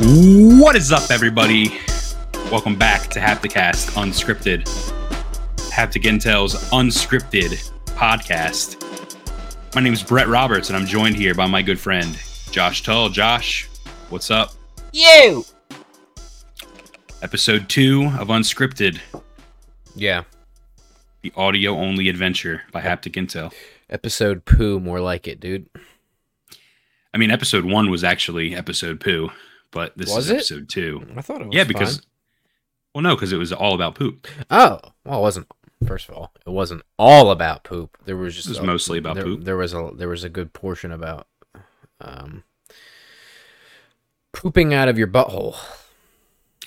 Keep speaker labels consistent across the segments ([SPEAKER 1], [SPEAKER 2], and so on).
[SPEAKER 1] What is up, everybody? Welcome back to Hapticast Unscripted, Haptic Intel's unscripted podcast. My name is Brett Roberts, and I'm joined here by my good friend Josh Tull. Josh, what's up?
[SPEAKER 2] You.
[SPEAKER 1] Episode two of Unscripted,
[SPEAKER 3] Yeah.
[SPEAKER 1] the audio only adventure by Haptic Intel.
[SPEAKER 3] Episode poo, more like it, dude.
[SPEAKER 1] I mean, episode one was actually episode poo, but this
[SPEAKER 3] Was
[SPEAKER 1] is
[SPEAKER 3] it?
[SPEAKER 1] episode two.
[SPEAKER 3] I thought it was.
[SPEAKER 1] Yeah, because
[SPEAKER 3] fine.
[SPEAKER 1] well, no, because it was all about poop.
[SPEAKER 3] Oh, well, it wasn't. First of all, it wasn't all about poop. There was just
[SPEAKER 1] It was
[SPEAKER 3] a-
[SPEAKER 1] mostly about
[SPEAKER 3] there,
[SPEAKER 1] poop.
[SPEAKER 3] There was a there was a good portion about um pooping out of your butthole.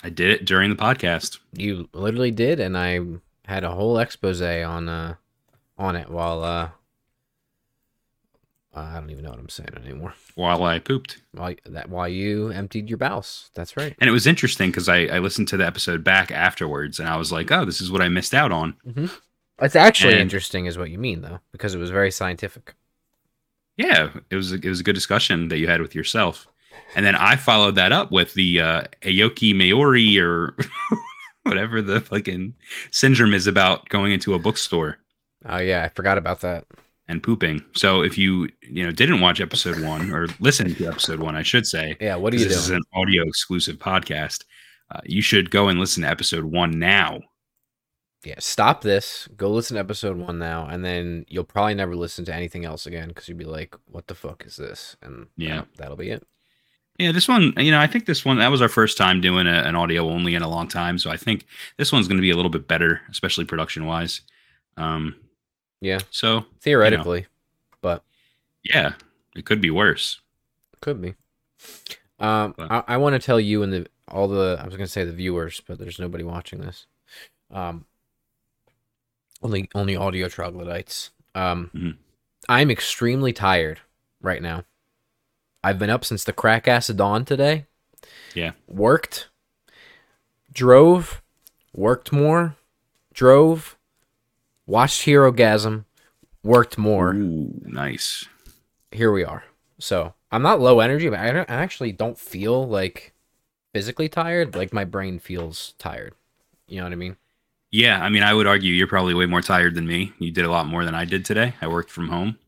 [SPEAKER 1] I did it during the podcast.
[SPEAKER 3] You literally did, and I had a whole expose on uh on it while uh I don't even know what I'm saying anymore.
[SPEAKER 1] while I pooped.
[SPEAKER 3] While that while you emptied your bowels. That's right.
[SPEAKER 1] And it was interesting because I, I listened to the episode back afterwards and I was like, oh, this is what I missed out on.
[SPEAKER 3] It's actually
[SPEAKER 1] And-
[SPEAKER 3] interesting, is what you mean though, because it was very scientific.
[SPEAKER 1] Yeah, it was a, it was a good discussion that you had with yourself. And then I followed that up with the uh, Aoki Maori or whatever the fucking syndrome is about going into a bookstore
[SPEAKER 3] Oh yeah, I forgot about that.
[SPEAKER 1] and pooping. So if you you know didn't watch episode one or listen to episode one, I should say,
[SPEAKER 3] Yeah, what are
[SPEAKER 1] 'cause
[SPEAKER 3] you
[SPEAKER 1] this is
[SPEAKER 3] doing?
[SPEAKER 1] an audio exclusive podcast, uh, you should go and listen to episode one now.
[SPEAKER 3] yeah, stop this. Go listen to episode one now, and then you'll probably never listen to anything else again because you'll be like, "What the fuck is this?" And
[SPEAKER 1] Yeah.
[SPEAKER 3] that'll- that'll be it.
[SPEAKER 1] Yeah, this one, you know, I think this one that was our first time doing a, an audio only in a long time, so I think this one's going to be a little bit better, especially production wise. Um,
[SPEAKER 3] Yeah.
[SPEAKER 1] So
[SPEAKER 3] Theoretically, but
[SPEAKER 1] yeah, it could be worse.
[SPEAKER 3] could be. Um,
[SPEAKER 1] But-
[SPEAKER 3] I, I want to tell you and the all the I was gonna say the viewers, but there's nobody watching this. Um, only only audio troglodytes. Um,
[SPEAKER 1] Mhm.
[SPEAKER 3] I'm extremely tired right now. I've been up since the crack ass of dawn today.
[SPEAKER 1] Yeah.
[SPEAKER 3] Worked, drove, worked more, drove, watched Hero Gasm, worked more
[SPEAKER 1] Ooh, nice.
[SPEAKER 3] here we are. So I'm not low energy, but I, don't, I actually don't feel like physically tired. Like my brain feels tired. You know what I mean?
[SPEAKER 1] Yeah, I mean, I would argue you're probably way more tired than me. You did a lot more than I did today. I worked from home,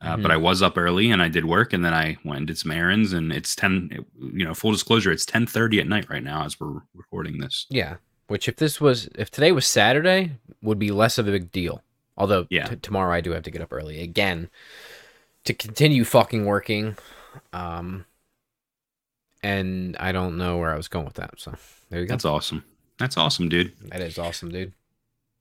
[SPEAKER 1] uh, but
[SPEAKER 3] Mhm.
[SPEAKER 1] I was up early and I did work, and then I went and did some errands. And it's ten, you know, full disclosure, it's ten thirty at night right now as we're recording this.
[SPEAKER 3] Yeah. Which if this was if today was Saturday would be less of a big deal. Although
[SPEAKER 1] Yeah.
[SPEAKER 3] t- tomorrow I do have to get up early again to continue fucking working. Um and I don't know where I was going with that. So there you go.
[SPEAKER 1] That's awesome. That's awesome, dude.
[SPEAKER 3] That is awesome, dude.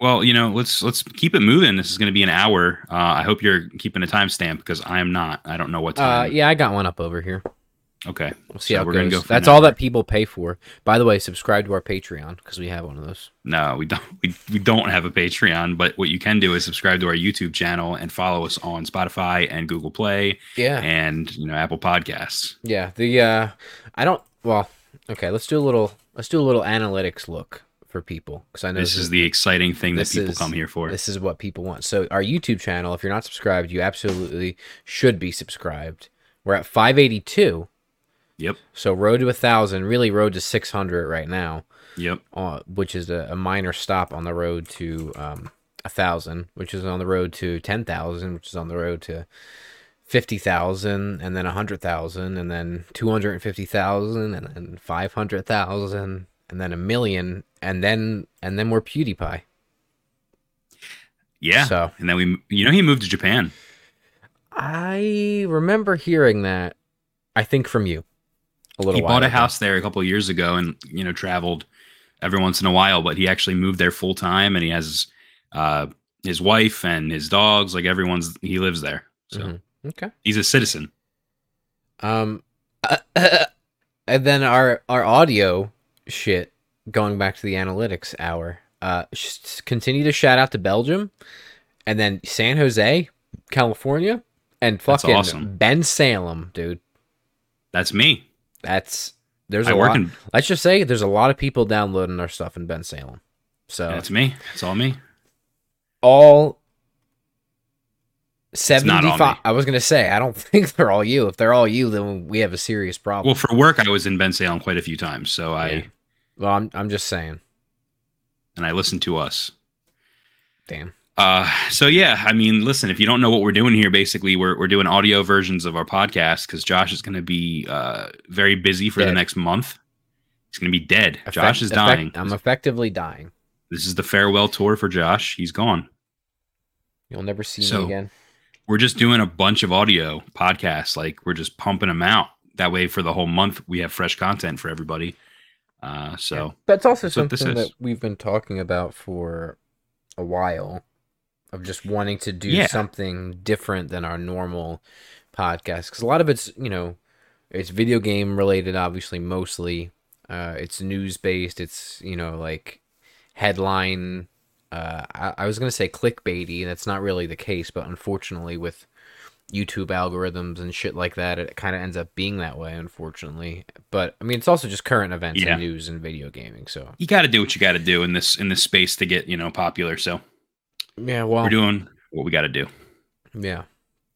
[SPEAKER 1] Well, you know, let's let's keep it moving. This is going to be an hour. Uh, I hope you're keeping a timestamp because I am not. I don't know what
[SPEAKER 3] Uh
[SPEAKER 1] time.
[SPEAKER 3] yeah, I got one up over here.
[SPEAKER 1] Okay.
[SPEAKER 3] We'll see
[SPEAKER 1] So
[SPEAKER 3] how
[SPEAKER 1] we're
[SPEAKER 3] it
[SPEAKER 1] gonna
[SPEAKER 3] goes.
[SPEAKER 1] go for
[SPEAKER 3] That's
[SPEAKER 1] an
[SPEAKER 3] all that people pay for. By the way, subscribe to our Patreon because we have one of those.
[SPEAKER 1] No, we don't. We, we don't have a Patreon, but what you can do is subscribe to our YouTube channel and follow us on Spotify and Google Play
[SPEAKER 3] Yeah,
[SPEAKER 1] and you know Apple Podcasts.
[SPEAKER 3] yeah. The uh, I don't. Well, okay. Let's do a little. Let's do a little analytics look for people because I know
[SPEAKER 1] This is the exciting thing that
[SPEAKER 3] this
[SPEAKER 1] people
[SPEAKER 3] is-
[SPEAKER 1] come here for.
[SPEAKER 3] This is what people want. So our YouTube channel, if you're not subscribed, you absolutely should be subscribed. We're at 582.
[SPEAKER 1] Yep.
[SPEAKER 3] So road to a thousand, really road to 600 right now,
[SPEAKER 1] Yep.
[SPEAKER 3] uh, which is a, a minor stop on the road to um, a thousand, which is on the road to 10,000, which is on the road to 50,000 and then 100,000 and then 250,000 and then 500,000 and then a million and then and then we're PewDiePie.
[SPEAKER 1] Yeah.
[SPEAKER 3] So
[SPEAKER 1] and then we, you know, he moved to Japan.
[SPEAKER 3] I remember hearing that. I think from you, a little.
[SPEAKER 1] He
[SPEAKER 3] while
[SPEAKER 1] bought a
[SPEAKER 3] ago.
[SPEAKER 1] house there a couple of years ago, and you know, traveled every once in a while. But he actually moved there full time, and he has uh, his wife and his dogs. Like everyone's, he lives there. So.
[SPEAKER 3] Mhm. Okay.
[SPEAKER 1] He's a citizen.
[SPEAKER 3] Um, and then our our audio shit going back to the analytics hour. Uh, sh- continue to shout out to Belgium, and then San Jose, California, and
[SPEAKER 1] That's
[SPEAKER 3] fucking
[SPEAKER 1] awesome.
[SPEAKER 3] Ben Salem, dude.
[SPEAKER 1] That's me.
[SPEAKER 3] That's there's
[SPEAKER 1] I
[SPEAKER 3] a
[SPEAKER 1] work
[SPEAKER 3] lot.
[SPEAKER 1] in.
[SPEAKER 3] Let's just say there's a lot of people downloading our stuff in Ben Salem. So
[SPEAKER 1] That's me. It's all me.
[SPEAKER 3] all
[SPEAKER 1] not on
[SPEAKER 3] 75
[SPEAKER 1] me.
[SPEAKER 3] i was gonna say i don't think they're all you if they're all you then we have a serious problem
[SPEAKER 1] Well, for work, I was in Ben Salem quite a few times, so I
[SPEAKER 3] Oh. Yeah. well i'm, I'm just saying
[SPEAKER 1] and I listened to us.
[SPEAKER 3] damn
[SPEAKER 1] Uh, so yeah, I mean, listen, if you don't know what we're doing here, basically we're we're doing audio versions of our podcast because Josh is going to be uh very busy for the
[SPEAKER 3] Dead. next
[SPEAKER 1] next month. He's going to be dead.
[SPEAKER 3] Effect-
[SPEAKER 1] Josh is
[SPEAKER 3] effect-
[SPEAKER 1] dying.
[SPEAKER 3] i'm effectively dying
[SPEAKER 1] this is the farewell tour for Josh. He's gone.
[SPEAKER 3] you'll never see me
[SPEAKER 1] So-
[SPEAKER 3] again
[SPEAKER 1] We're just doing a bunch of audio podcasts. Like we're just pumping them out. That way, for the whole month, we have fresh content for everybody. Uh, so
[SPEAKER 3] But it's also
[SPEAKER 1] That's what this
[SPEAKER 3] something
[SPEAKER 1] is.
[SPEAKER 3] that we've been talking about for a while of just wanting to do
[SPEAKER 1] Yeah.
[SPEAKER 3] something different than our normal podcast because a lot of it's you know it's video game related obviously mostly uh, it's news based it's you know like headline uh, I, I was gonna say clickbaity and that's not really the case but unfortunately with YouTube algorithms and shit like that it kind of ends up being that way unfortunately but I mean it's also just current events
[SPEAKER 1] Yeah.
[SPEAKER 3] and news and video gaming so
[SPEAKER 1] you got to do what you got to do in this in this space to get you know popular. So
[SPEAKER 3] yeah well
[SPEAKER 1] we're doing what we got to do.
[SPEAKER 3] yeah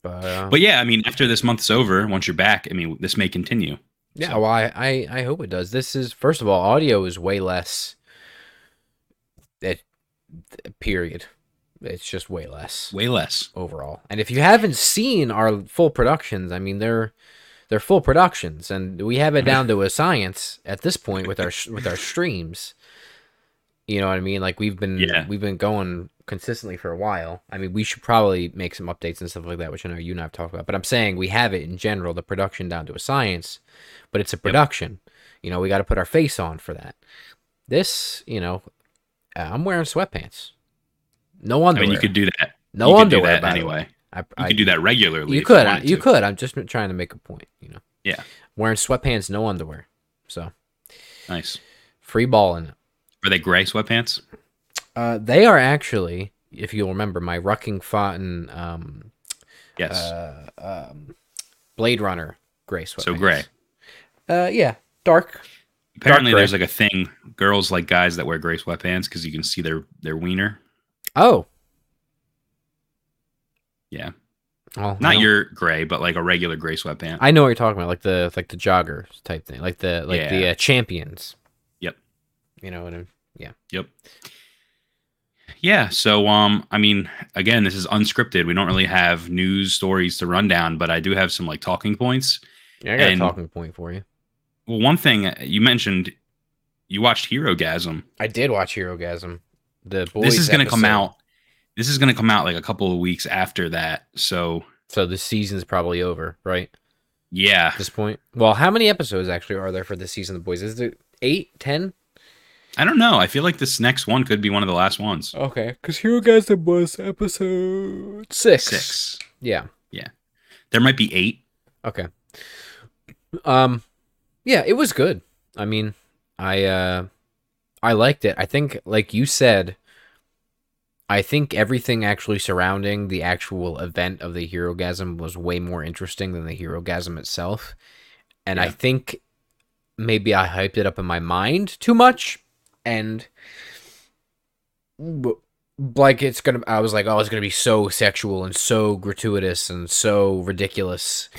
[SPEAKER 3] but, uh,
[SPEAKER 1] But yeah, I mean, after this month's over, once you're back, I mean, this may continue.
[SPEAKER 3] Yeah, well, I, I I hope it does. This is first of all, audio is way less. It, period. It's just way less
[SPEAKER 1] Way less.
[SPEAKER 3] overall. And if you haven't seen our full productions, I mean they're they're full productions, and we have it down to a science at this point with our sh- with our streams. You know what I mean? Like we've been
[SPEAKER 1] Yeah.
[SPEAKER 3] we've been going consistently for a while. I mean, we should probably make some updates and stuff like that, which I know you and I've talked about. But I'm saying we have it in general, the production down to a science, but it's a production. You know, we got to put our face on for that. This, you know, uh, I'm wearing sweatpants, no
[SPEAKER 1] I
[SPEAKER 3] underwear.
[SPEAKER 1] mean, you could do that.
[SPEAKER 3] no
[SPEAKER 1] you could do
[SPEAKER 3] underwear.
[SPEAKER 1] that
[SPEAKER 3] by the way.
[SPEAKER 1] anyway.
[SPEAKER 3] I,
[SPEAKER 1] You
[SPEAKER 3] I-
[SPEAKER 1] could do that regularly.
[SPEAKER 3] you
[SPEAKER 1] if
[SPEAKER 3] could. I-
[SPEAKER 1] wanted
[SPEAKER 3] You,
[SPEAKER 1] to.
[SPEAKER 3] could. I'm just trying to make a point. You know.
[SPEAKER 1] Yeah.
[SPEAKER 3] Wearing sweatpants, no underwear. So
[SPEAKER 1] Nice.
[SPEAKER 3] free balling.
[SPEAKER 1] Are they gray sweatpants?
[SPEAKER 3] Uh, they are actually, if you'll remember, my Rucking Fountain, um,
[SPEAKER 1] Yes.
[SPEAKER 3] uh, um, Blade Runner gray sweatpants.
[SPEAKER 1] So gray.
[SPEAKER 3] Uh, yeah, dark.
[SPEAKER 1] Apparently,
[SPEAKER 3] gray.
[SPEAKER 1] there's like a thing. Girls like guys that wear gray sweatpants because you can see their their wiener.
[SPEAKER 3] Oh.
[SPEAKER 1] Yeah.
[SPEAKER 3] Well, I
[SPEAKER 1] Not
[SPEAKER 3] don't-
[SPEAKER 1] your gray, but like a regular gray sweatpant.
[SPEAKER 3] I know what you're talking about, like the like the joggers type thing, like the like the
[SPEAKER 1] Yeah.
[SPEAKER 3] uh, champions.
[SPEAKER 1] Yep.
[SPEAKER 3] You know what I mean?
[SPEAKER 1] Yep. Yeah. So, um, I mean, again, this is unscripted. We don't really have news stories to run down, but I do have some like talking points.
[SPEAKER 3] Yeah, I got
[SPEAKER 1] And-
[SPEAKER 3] a talking point for you.
[SPEAKER 1] Well, one thing uh, you mentioned, you watched Hero Gasm.
[SPEAKER 3] I did watch Hero Gasm. The boys
[SPEAKER 1] This is going to come
[SPEAKER 3] episode.
[SPEAKER 1] out. This is going to come out like a couple of weeks after that. So,
[SPEAKER 3] So the season's probably over, right?
[SPEAKER 1] yeah,
[SPEAKER 3] At this point. Well, how many episodes actually are there for this season of the boys? Is it eight, ten?
[SPEAKER 1] I don't know. I feel like this next one could be one of the last ones.
[SPEAKER 3] Okay. Because Hero Gasm was episode six.
[SPEAKER 1] Six.
[SPEAKER 3] Yeah.
[SPEAKER 1] There might be eight.
[SPEAKER 3] Okay. Um yeah, it was good. I mean, I uh I liked it. I think like you said I think everything actually surrounding the actual event of the Hero Gasm was way more interesting than the Hero Gasm itself. And I
[SPEAKER 1] Yeah.
[SPEAKER 3] think maybe I hyped it up in my mind too much and w- like it's gonna i was like oh it's gonna be so sexual and so gratuitous and so ridiculous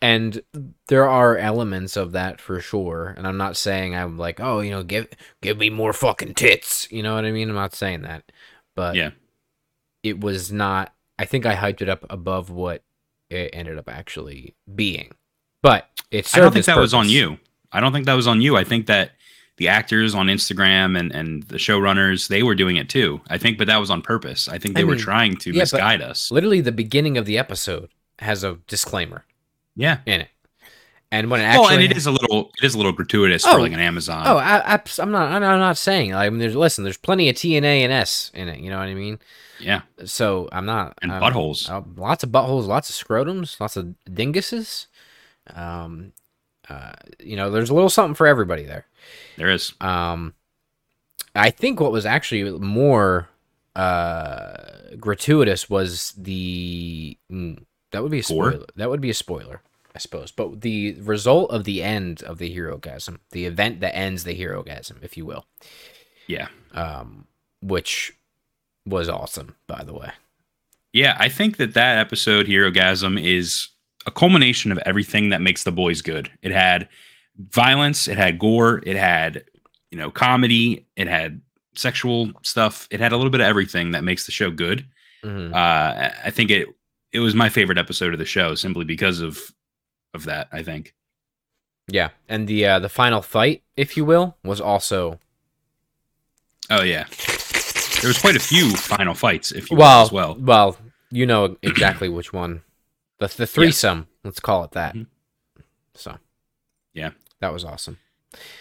[SPEAKER 3] and there are elements of that for sure and i'm not saying i'm like oh you know give give me more fucking tits you know what i mean i'm not saying that but
[SPEAKER 1] Yeah.
[SPEAKER 3] it was not i think i hyped it up above what it ended up actually being but
[SPEAKER 1] I
[SPEAKER 3] it
[SPEAKER 1] don't
[SPEAKER 3] served
[SPEAKER 1] think
[SPEAKER 3] its
[SPEAKER 1] that was on
[SPEAKER 3] purpose.
[SPEAKER 1] you. I don't think that was on you. I think that the actors on Instagram and, and the showrunners, they were doing it too. I think, but that was on purpose. I think
[SPEAKER 3] I
[SPEAKER 1] they were
[SPEAKER 3] mean,
[SPEAKER 1] trying to
[SPEAKER 3] yeah, but-
[SPEAKER 1] misguide us.
[SPEAKER 3] literally the beginning of the episode has a disclaimer
[SPEAKER 1] Yeah.
[SPEAKER 3] in it and when it actually
[SPEAKER 1] Well, Oh, and it is a little, it is a little gratuitous
[SPEAKER 3] Oh.
[SPEAKER 1] for like an Amazon.
[SPEAKER 3] Oh, I, I, I'm not. I'm not saying. I mean, there's listen. There's plenty of TNA and S in it. You know what I mean.
[SPEAKER 1] yeah.
[SPEAKER 3] So I'm not.
[SPEAKER 1] And
[SPEAKER 3] I'm-
[SPEAKER 1] buttholes.
[SPEAKER 3] uh, lots of buttholes. Lots of scrotums. Lots of dinguses. Um, uh, you know, there's a little something for everybody there.
[SPEAKER 1] There is.
[SPEAKER 3] Um, I think what was actually more uh gratuitous was the mm, that would be a
[SPEAKER 1] Gore?
[SPEAKER 3] spoiler. That would be a spoiler, I suppose. But the result of the end of the hero gasm, the event that ends the hero gasm, if you will
[SPEAKER 1] Yeah.
[SPEAKER 3] um, which was awesome, by the way.
[SPEAKER 1] Yeah, I think that that episode, Hero Gasm, is a culmination of everything that makes the boys good. It had violence, it had gore, it had you know comedy, it had sexual stuff, it had a little bit of everything that makes the show good.
[SPEAKER 3] Mhm.
[SPEAKER 1] Uh, I I think it it was my favorite episode of the show simply because of of that. I think.
[SPEAKER 3] Yeah, and the uh, the final fight, if you will, was also
[SPEAKER 1] Oh yeah, there was quite a few final fights, if you will,
[SPEAKER 3] well,
[SPEAKER 1] as well.
[SPEAKER 3] well, you know exactly which one, the the threesome, let's call it that.
[SPEAKER 1] Mhm.
[SPEAKER 3] So,
[SPEAKER 1] Yeah.
[SPEAKER 3] that was awesome.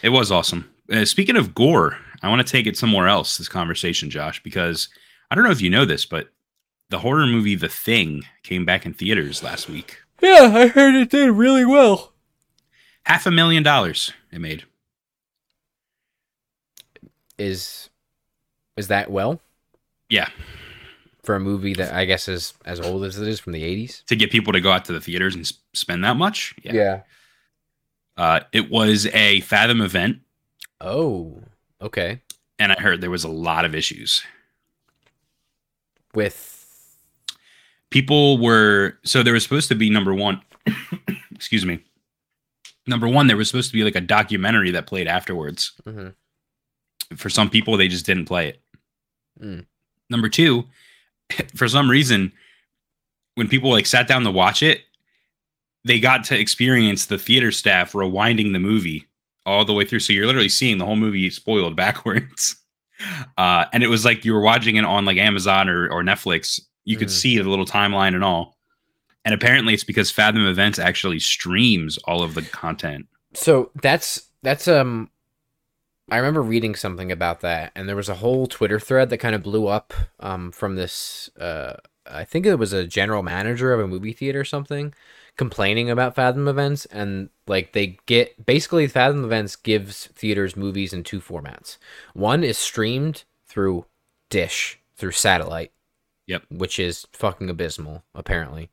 [SPEAKER 1] It was awesome. Uh, speaking of gore, I want to take it somewhere else this conversation, Josh, because I don't know if you know this, but the horror movie The Thing came back in theaters last week.
[SPEAKER 3] Yeah, I heard it did really well.
[SPEAKER 1] Half a million dollars it made.
[SPEAKER 3] Is is that well
[SPEAKER 1] Yeah,
[SPEAKER 3] for a movie that I guess is as old as it is from the eighties?
[SPEAKER 1] to get people to go out to the theaters and s- spend that much. Yeah.
[SPEAKER 3] yeah.
[SPEAKER 1] Uh, it was a Fathom event,
[SPEAKER 3] Oh, okay.
[SPEAKER 1] and I heard there was a lot of issues.
[SPEAKER 3] With
[SPEAKER 1] people were so there was supposed to be number one excuse me number one there was supposed to be like a documentary that played afterwards
[SPEAKER 3] Mhm.
[SPEAKER 1] for some people they just didn't play it
[SPEAKER 3] Mm.
[SPEAKER 1] number two for some reason when people like sat down to watch it they got to experience the theater staff rewinding the movie all the way through so you're literally seeing the whole movie spoiled backwards uh, and it was like you were watching it on like Amazon or, or Netflix. You could
[SPEAKER 3] Mhm.
[SPEAKER 1] see the little timeline and all. And apparently, it's because Fathom Events actually streams all of the content.
[SPEAKER 3] So that's that's um I remember reading something about that and there was a whole Twitter thread that kind of blew up um from this uh I think it was a general manager of a movie theater or something complaining about Fathom events and like they get basically Fathom events gives theaters movies in two formats. One is streamed through Dish through satellite.
[SPEAKER 1] Yep.
[SPEAKER 3] Which is fucking abysmal apparently.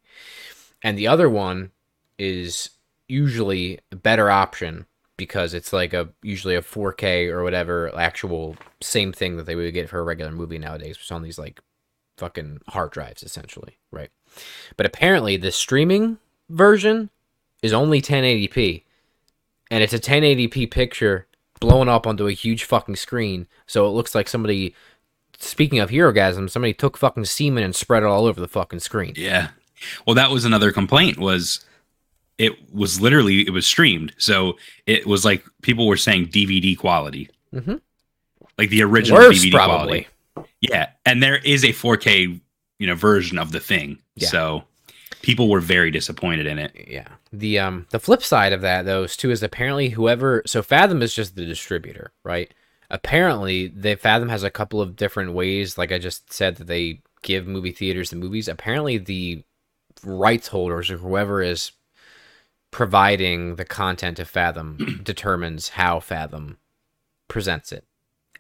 [SPEAKER 3] And the other one is usually a better option because it's like a usually a 4K or whatever actual same thing that they would get for a regular movie nowadays. It's on these like fucking hard drives essentially, right? But apparently the streaming version is only 1080p, and it's a 1080p picture blown up onto a huge fucking screen, so it looks like somebody. Speaking of hero gasm, somebody took fucking semen and spread it all over the fucking screen.
[SPEAKER 1] Yeah. Well, that was another complaint. Was it was literally it was streamed, so it was like people were saying DVD quality,
[SPEAKER 3] Mhm.
[SPEAKER 1] like the original
[SPEAKER 3] Worse,
[SPEAKER 1] DVD
[SPEAKER 3] probably.
[SPEAKER 1] quality. Yeah, and there is a 4K, you know, version of the thing.
[SPEAKER 3] Yeah.
[SPEAKER 1] So people were very disappointed in it.
[SPEAKER 3] yeah the um the flip side of that though is too is apparently whoever so fathom is just the distributor right apparently the fathom has a couple of different ways like i just said that they give movie theaters the movies apparently the rights holders or whoever is providing the content to fathom determines how fathom presents it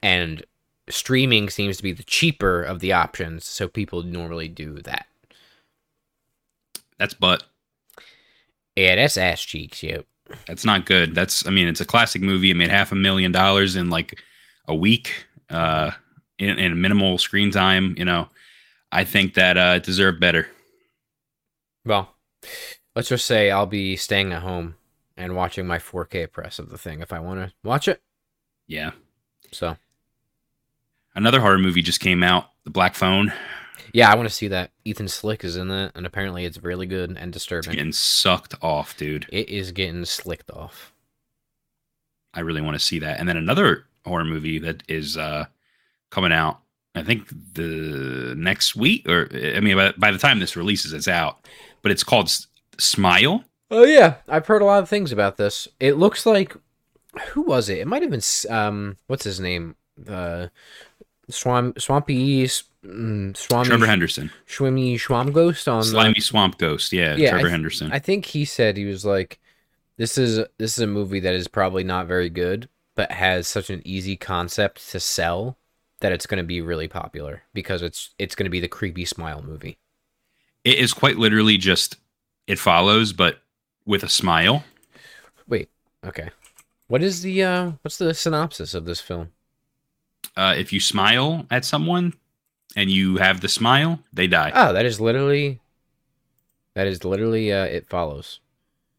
[SPEAKER 3] and streaming seems to be the cheaper of the options so people normally do that
[SPEAKER 1] That's but
[SPEAKER 3] yeah that's ass cheeks yo
[SPEAKER 1] That's not good. That's I mean, it's a classic movie. It made half a million dollars in like a week, uh, in, in minimal screen time. You know, I think that uh, it deserved better.
[SPEAKER 3] Well, let's just say I'll be staying at home and watching my 4K press of the thing if I want to watch it.
[SPEAKER 1] Yeah,
[SPEAKER 3] So,
[SPEAKER 1] another horror movie just came out, The Black Phone.
[SPEAKER 3] yeah, I want to see that. Ethan Slick is in it, and apparently it's really good and
[SPEAKER 1] It's
[SPEAKER 3] disturbing.
[SPEAKER 1] getting sucked off, dude.
[SPEAKER 3] It is getting slicked off.
[SPEAKER 1] I really want to see that. And then another horror movie that is uh, coming out. I think the next week, or I mean, by, by the time this releases, it's out. But it's called S- Smile.
[SPEAKER 3] Oh yeah, I've heard a lot of things about this. It looks like who was it? It might have been S- um what's his name? Uh Swamp Swampy East mm, Swami
[SPEAKER 1] Trevor Henderson,
[SPEAKER 3] Schwimmy Schwam Ghost on the-
[SPEAKER 1] Slimy Swamp Ghost. Yeah,
[SPEAKER 3] Yeah, I
[SPEAKER 1] Trevor
[SPEAKER 3] th-
[SPEAKER 1] Henderson.
[SPEAKER 3] I think he said he was like, "This is this is a movie that is probably not very good, but has such an easy concept to sell that it's going to be really popular because it's it's going to be the creepy smile movie."
[SPEAKER 1] It is quite literally just it follows, but with a smile.
[SPEAKER 3] Wait, okay, what is the uh, what's the synopsis of this film?
[SPEAKER 1] Uh, if you smile at someone, and you have the smile, they die.
[SPEAKER 3] Oh, that is literally. That is literally. Uh, it follows.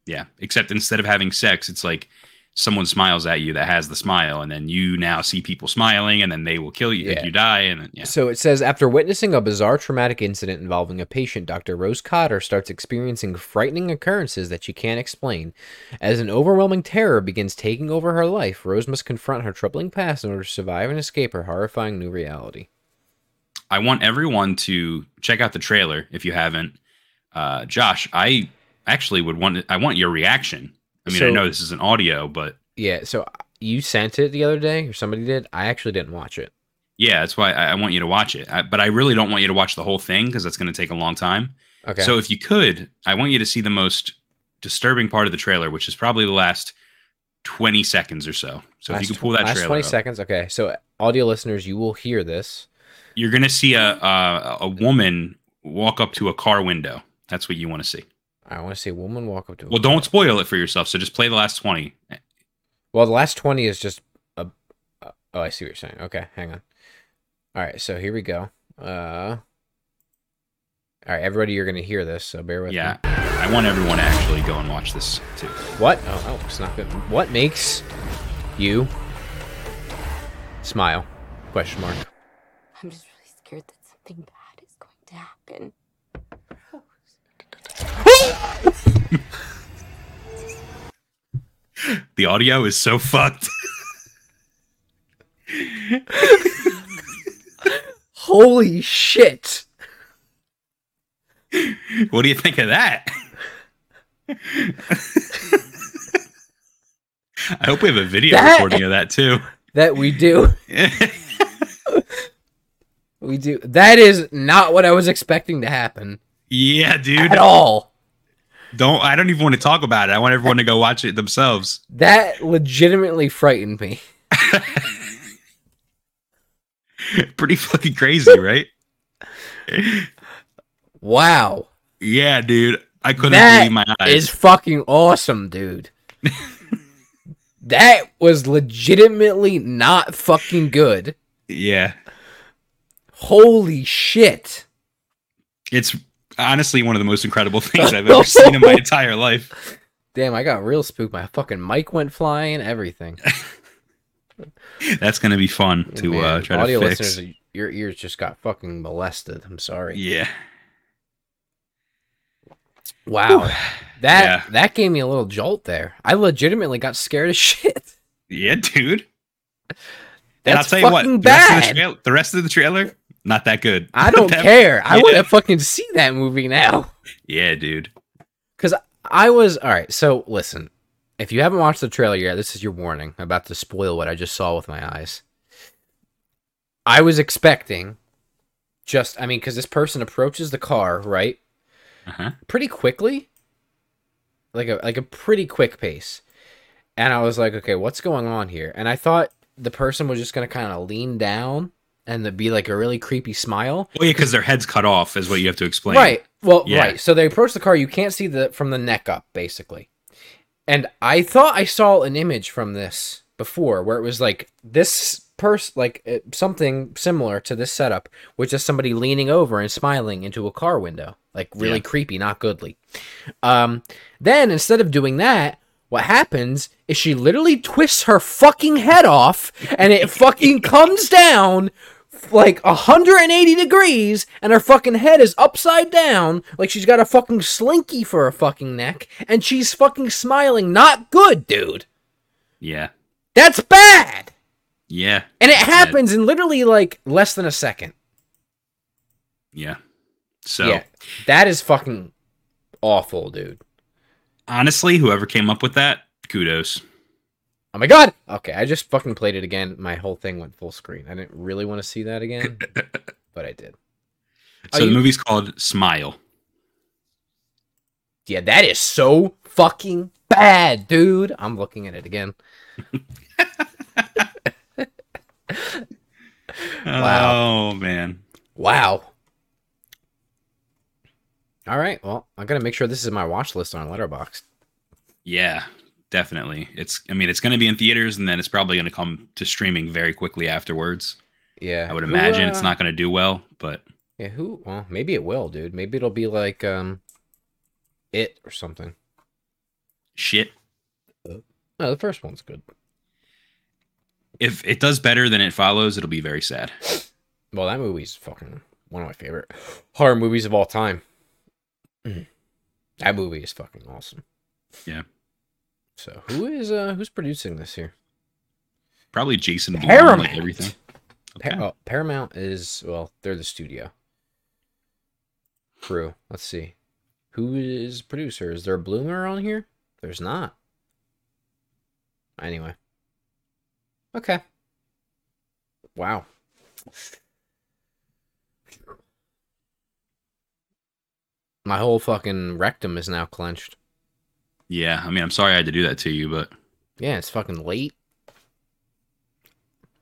[SPEAKER 1] Yeah. Except instead of having sex, it's like someone smiles at you that has the smile, and then you now see people smiling, and then they will kill you if
[SPEAKER 3] Yeah.
[SPEAKER 1] you die. And then, yeah.
[SPEAKER 3] So it says after witnessing a bizarre traumatic incident involving a patient, Dr. Rose Cotter starts experiencing frightening occurrences that she can't explain. As an overwhelming terror begins taking over her life, Rose must confront her troubling past in order to survive and escape her horrifying new reality.
[SPEAKER 1] I want everyone to check out the trailer if you haven't. Uh, Josh, I actually would want. I want your reaction. I mean, I
[SPEAKER 3] So-
[SPEAKER 1] know this is an audio, but
[SPEAKER 3] Yeah, so uh, you sent it the other day, or somebody did. I actually didn't watch it.
[SPEAKER 1] yeah, that's why I, I want you to watch it. I, but I really don't want you to watch the whole thing because that's going to take a long time.
[SPEAKER 3] Okay.
[SPEAKER 1] So if you could, I want you to see the most disturbing part of the trailer, which is probably the last 20 seconds or so. So if
[SPEAKER 3] Last
[SPEAKER 1] you can
[SPEAKER 3] tw-
[SPEAKER 1] pull that
[SPEAKER 3] last
[SPEAKER 1] trailer,
[SPEAKER 3] 20
[SPEAKER 1] up,
[SPEAKER 3] seconds. Okay. So, audio listeners, you will hear this.
[SPEAKER 1] you're going to see a, a a woman walk up to a car window. That's what you want to see.
[SPEAKER 3] I want to see a woman walk up to a
[SPEAKER 1] Well, don't spoil it for yourself. So just play the last 20.
[SPEAKER 3] Well, the last 20 is just a, a- Oh, I see what you're saying. Okay, hang on. All right, so here we go. Uh All right, everybody you're going to hear this, so bear with
[SPEAKER 1] Yeah. I want everyone to actually go and watch this too.
[SPEAKER 3] me. What? Oh, oh, it's not good. What makes you smile? Question mark.
[SPEAKER 2] I'm just really scared that something bad is going to happen.
[SPEAKER 1] The audio is so fucked.
[SPEAKER 3] Holy shit.
[SPEAKER 1] what do you think of that? I hope we have a video
[SPEAKER 3] That-
[SPEAKER 1] recording of that too.
[SPEAKER 3] That we do. We do. That is not what I was expecting to happen
[SPEAKER 1] yeah, dude.
[SPEAKER 3] at all.
[SPEAKER 1] Don't I don't even want to talk about it. I want everyone to go watch it themselves.
[SPEAKER 3] That legitimately frightened me.
[SPEAKER 1] Pretty fucking crazy, right?
[SPEAKER 3] Wow.
[SPEAKER 1] yeah, dude. I couldn't
[SPEAKER 3] That
[SPEAKER 1] believe my eyes.
[SPEAKER 3] is fucking awesome, dude. that was legitimately not fucking good.
[SPEAKER 1] yeah.
[SPEAKER 3] Holy shit.
[SPEAKER 1] It's honestly one of the most incredible things I've ever seen in my entire life.
[SPEAKER 3] Damn, I got real spooked. My fucking mic went flying, everything.
[SPEAKER 1] That's gonna be fun to uh
[SPEAKER 3] Man,
[SPEAKER 1] try
[SPEAKER 3] audio
[SPEAKER 1] to fix.
[SPEAKER 3] listeners, your ears just got fucking molested. I'm sorry.
[SPEAKER 1] yeah.
[SPEAKER 3] Wow. That
[SPEAKER 1] Yeah.
[SPEAKER 3] that gave me a little jolt there. I legitimately got scared as shit.
[SPEAKER 1] Yeah, dude. and I'll
[SPEAKER 3] That's
[SPEAKER 1] tell you what,
[SPEAKER 3] fucking
[SPEAKER 1] the rest, of the,
[SPEAKER 3] bad.
[SPEAKER 1] trail- the rest of the trailer, not that good.
[SPEAKER 3] I don't
[SPEAKER 1] That-
[SPEAKER 3] care. I
[SPEAKER 1] yeah.
[SPEAKER 3] want to fucking see that movie now.
[SPEAKER 1] Yeah, dude.
[SPEAKER 3] I was all right. So listen, if you haven't watched the trailer yet, this is your warning. I'm about to spoil what I just saw with my eyes. I was expecting just, I mean, because this person approaches the car right
[SPEAKER 1] Uh-huh.
[SPEAKER 3] pretty quickly, like a like a pretty quick pace, and I was like, okay, what's going on here? And I thought the person was just gonna kind of lean down and there'd be like a really creepy smile,
[SPEAKER 1] Well, yeah, because their heads cut off is what you have to explain.
[SPEAKER 3] Right. Well,
[SPEAKER 1] Yeah.
[SPEAKER 3] right. So they approach the car. You can't see the from the neck up, basically. And I thought I saw an image from this before, where it was like this person, like uh, something similar to this setup, which is somebody leaning over and smiling into a car window, like really
[SPEAKER 1] Yeah.
[SPEAKER 3] creepy, not goodly. Um, then instead of doing that. What happens is she literally twists her fucking head off and it fucking comes down like 180 degrees and her fucking head is upside down like she's got a fucking slinky for a fucking neck and she's fucking smiling not good dude
[SPEAKER 1] Yeah.
[SPEAKER 3] that's bad
[SPEAKER 1] Yeah.
[SPEAKER 3] and it happens in literally like less than a second
[SPEAKER 1] Yeah. So
[SPEAKER 3] yeah that is fucking awful dude
[SPEAKER 1] honestly, whoever came up with that, kudos.
[SPEAKER 3] oh my god okay i just fucking played it again my whole thing went full screen i didn't really want to see that again but i did Are
[SPEAKER 1] So the
[SPEAKER 3] you-
[SPEAKER 1] movie's called Smile.
[SPEAKER 3] yeah that is so fucking bad dude i'm looking at it again Wow.
[SPEAKER 1] Oh man.
[SPEAKER 3] Wow. All right. Well, I gotta make sure this is my watch list on Letterboxd.
[SPEAKER 1] Yeah, definitely. It's I mean, it's gonna be in theaters and then it's probably gonna come to streaming very quickly afterwards.
[SPEAKER 3] Yeah.
[SPEAKER 1] I would
[SPEAKER 3] Who,
[SPEAKER 1] imagine
[SPEAKER 3] uh,
[SPEAKER 1] it's not going to do well, but
[SPEAKER 3] Yeah, who? Well, maybe it will, dude. Maybe it'll be like um, it or something.
[SPEAKER 1] shit.
[SPEAKER 3] No, the first one's good.
[SPEAKER 1] If it does better than it follows, it'll be very sad.
[SPEAKER 3] Well, that movie's fucking one of my favorite horror movies of all time. Mm. That movie is fucking awesome.
[SPEAKER 1] Yeah.
[SPEAKER 3] So who is uh who's producing this here?
[SPEAKER 1] Probably Jason Blum,
[SPEAKER 3] Paramount.
[SPEAKER 1] like everything.
[SPEAKER 3] Pa-
[SPEAKER 1] Okay.
[SPEAKER 3] oh, Paramount is well, they're the studio crew. Let's see, who is producer? Is there a Bloomer on here? There's not. Anyway, okay. Wow. My whole fucking rectum is now clenched.
[SPEAKER 1] Yeah, I mean, I'm sorry I had to do that to you, but
[SPEAKER 3] Yeah, it's fucking late.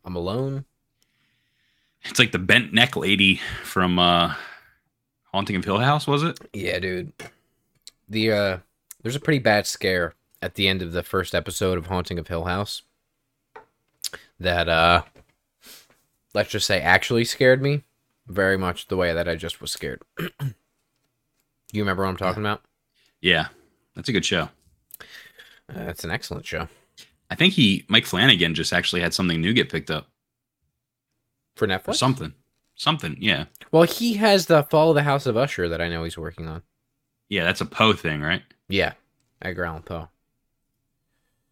[SPEAKER 3] I'm alone.
[SPEAKER 1] it's like the bent neck lady from uh Haunting of Hill House, was it?
[SPEAKER 3] Yeah, dude. The uh there's a pretty bad scare at the end of the first episode of Haunting of Hill House that uh let's just say actually scared me very much the way that I just was scared. you remember what I'm talking about?
[SPEAKER 1] Yeah, that's a good show.
[SPEAKER 3] Uh, it's an excellent show
[SPEAKER 1] I think he Mike Flanagan just actually had something new get picked up
[SPEAKER 3] for
[SPEAKER 1] or
[SPEAKER 3] Netflix.
[SPEAKER 1] something. Something, yeah,
[SPEAKER 3] Well, he has the Follow the House of Usher that I know he's working on.
[SPEAKER 1] yeah. That's a Poe thing, right?
[SPEAKER 3] Yeah, Edgar Allan Poe,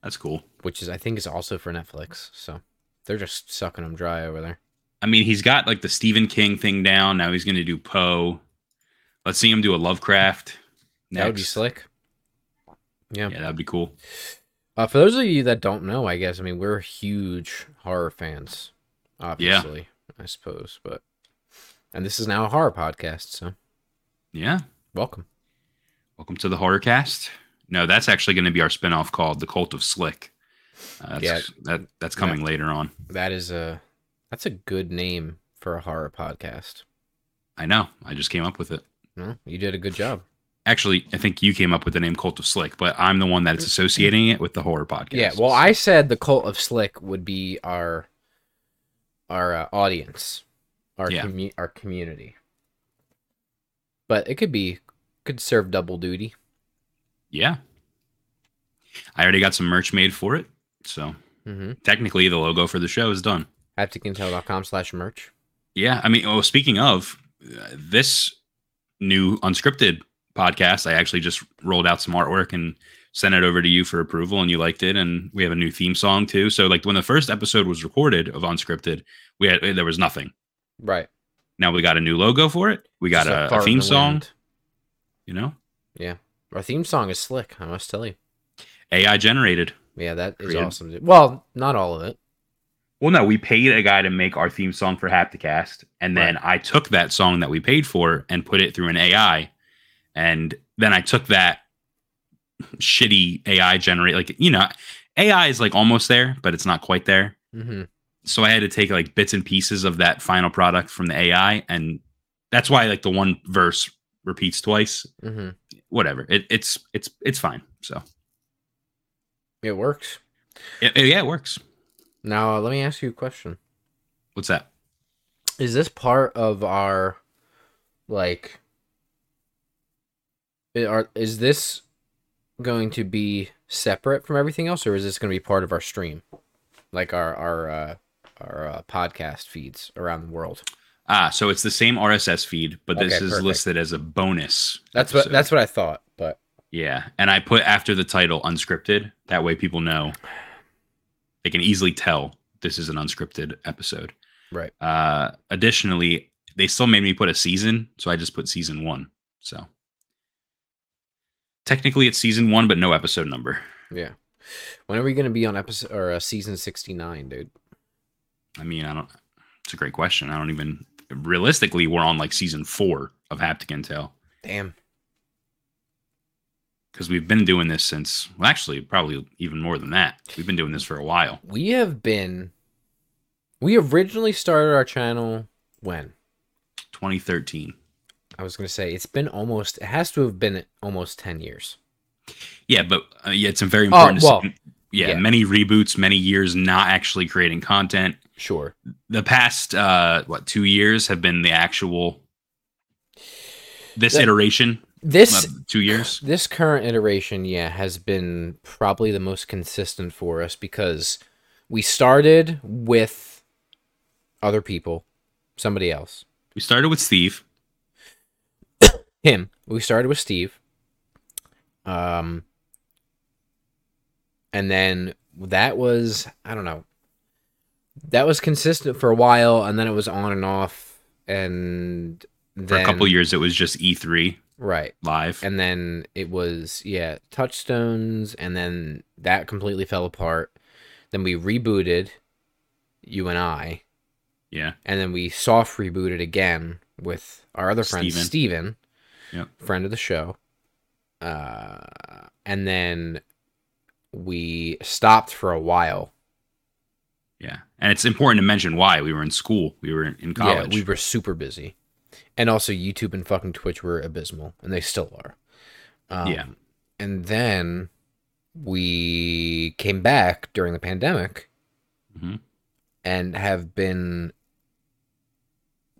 [SPEAKER 1] That's cool.
[SPEAKER 3] which is I think is also for Netflix. So they're just sucking them dry over there.
[SPEAKER 1] I mean, he's got like the Stephen King thing down. Now he's going to do Poe. Let's see him do a Lovecraft.
[SPEAKER 3] That would be
[SPEAKER 1] Next.
[SPEAKER 3] slick. Yeah.
[SPEAKER 1] yeah, that'd be cool.
[SPEAKER 3] Uh, for those of you that don't know, I guess I mean we're huge horror fans, obviously. I suppose, but and this is now a horror podcast, so
[SPEAKER 1] Yeah.
[SPEAKER 3] welcome.
[SPEAKER 1] Welcome to the horror cast. No, that's actually going to be our spinoff called The Cult of Slick. Uh, that's, that, that's coming later on.
[SPEAKER 3] That is a that's a good name for a horror podcast.
[SPEAKER 1] I know. I just came up with it.
[SPEAKER 3] No, you did a good job.
[SPEAKER 1] Actually, I think you came up with the name Cult of Slick, but I'm the one that's associating it with the horror podcast.
[SPEAKER 3] Mm-hmm. Yeah. Well, I said the cult of slick would be our our uh, audience, our
[SPEAKER 1] Yeah.
[SPEAKER 3] commu- our community, but it could be could serve double duty.
[SPEAKER 1] Yeah. I already got some merch made for it. So
[SPEAKER 3] Mm-hmm.
[SPEAKER 1] technically, the logo for the show is done.
[SPEAKER 3] Hapticintel.com slash merch.
[SPEAKER 1] Yeah, I mean, well, speaking of uh, this new unscripted podcast, I actually just rolled out some artwork and sent it over to you for approval, and you liked it. And we have a new theme song too. So, like when the first episode was recorded of unscripted, we had there was nothing.
[SPEAKER 3] Right.
[SPEAKER 1] Now we got a new logo for it. We got
[SPEAKER 3] Just
[SPEAKER 1] a,
[SPEAKER 3] fart
[SPEAKER 1] a
[SPEAKER 3] in
[SPEAKER 1] theme
[SPEAKER 3] the
[SPEAKER 1] song.
[SPEAKER 3] wind.
[SPEAKER 1] You know,
[SPEAKER 3] Our theme song is slick, I must tell you.
[SPEAKER 1] AI generated.
[SPEAKER 3] Yeah, that is
[SPEAKER 1] Creative.
[SPEAKER 3] awesome. dude. Well, not all of it.
[SPEAKER 1] Well, no, we paid a guy to make our theme song for Hapticast, and then I took that song that we paid for and put it through an AI, and then I took that shitty AI generate like you know, AI is like almost there, but it's not quite there.
[SPEAKER 3] Mm-hmm.
[SPEAKER 1] So I had to take like bits and pieces of that final product from the AI, and that's why like the one verse repeats twice.
[SPEAKER 3] Mm-hmm.
[SPEAKER 1] Whatever, it, it's it's it's fine. So
[SPEAKER 3] It works.
[SPEAKER 1] it, it- yeah, it works.
[SPEAKER 3] Now, uh, let me ask you a question.
[SPEAKER 1] What's that?
[SPEAKER 3] Is this part of our, like, i- are, is this going to be separate from everything else, or is this going to be part of our stream, like our our uh, our uh, podcast feeds around the world?
[SPEAKER 1] Ah, so it's the same RSS feed, but this
[SPEAKER 3] Okay,
[SPEAKER 1] is
[SPEAKER 3] perfect.
[SPEAKER 1] listed as a bonus.
[SPEAKER 3] That's what
[SPEAKER 1] episode.
[SPEAKER 3] that's what I thought, but
[SPEAKER 1] yeah. And I put after the title unscripted. That way people know they can easily tell this is an unscripted episode.
[SPEAKER 3] Right.
[SPEAKER 1] Uh additionally, they still made me put a season, so I just put season one. So technically it's season one, but no episode number.
[SPEAKER 3] yeah. When are we going to be on episode or uh, season sixty nine, dude?
[SPEAKER 1] I mean, I don't it's a great question. I don't even realistically we're on like season four of Haptic Intel.
[SPEAKER 3] Damn.
[SPEAKER 1] because we've been doing this since well actually probably even more than that we've been doing this for a while
[SPEAKER 3] We have been. We originally started our channel when?
[SPEAKER 1] 2013
[SPEAKER 3] I was going to say it's been almost, it has to have been almost 10 years.
[SPEAKER 1] yeah but uh, yeah it's a very important to
[SPEAKER 3] Oh, well,
[SPEAKER 1] see- yeah,
[SPEAKER 3] yeah.
[SPEAKER 1] many reboots many years not actually creating content
[SPEAKER 3] Sure.
[SPEAKER 1] the past uh what two years have been the actual this
[SPEAKER 3] That-
[SPEAKER 1] iteration
[SPEAKER 3] This
[SPEAKER 1] uh, two years
[SPEAKER 3] This current iteration, yeah, has been probably the most consistent for us because we started with other people, somebody else.
[SPEAKER 1] we started with steve
[SPEAKER 3] Him. We started with Steve. Um and then that was I don't know. That was consistent for a while and then it was on and off and then
[SPEAKER 1] for a couple years it was just e3
[SPEAKER 3] Right.
[SPEAKER 1] live
[SPEAKER 3] and then it was yeah touchstones and then that completely fell apart then we rebooted you and i
[SPEAKER 1] yeah
[SPEAKER 3] and then we soft rebooted again with our other friend
[SPEAKER 1] Steven.
[SPEAKER 3] steven,
[SPEAKER 1] Yep.
[SPEAKER 3] friend of the show uh, and then we stopped for a while
[SPEAKER 1] yeah and it's important to mention why we were in school we were in, in college
[SPEAKER 3] yeah we were super busy and also youtube and fucking twitch were abysmal and they still are um,
[SPEAKER 1] Yeah.
[SPEAKER 3] and then we came back during the pandemic
[SPEAKER 1] Mhm.
[SPEAKER 3] and have been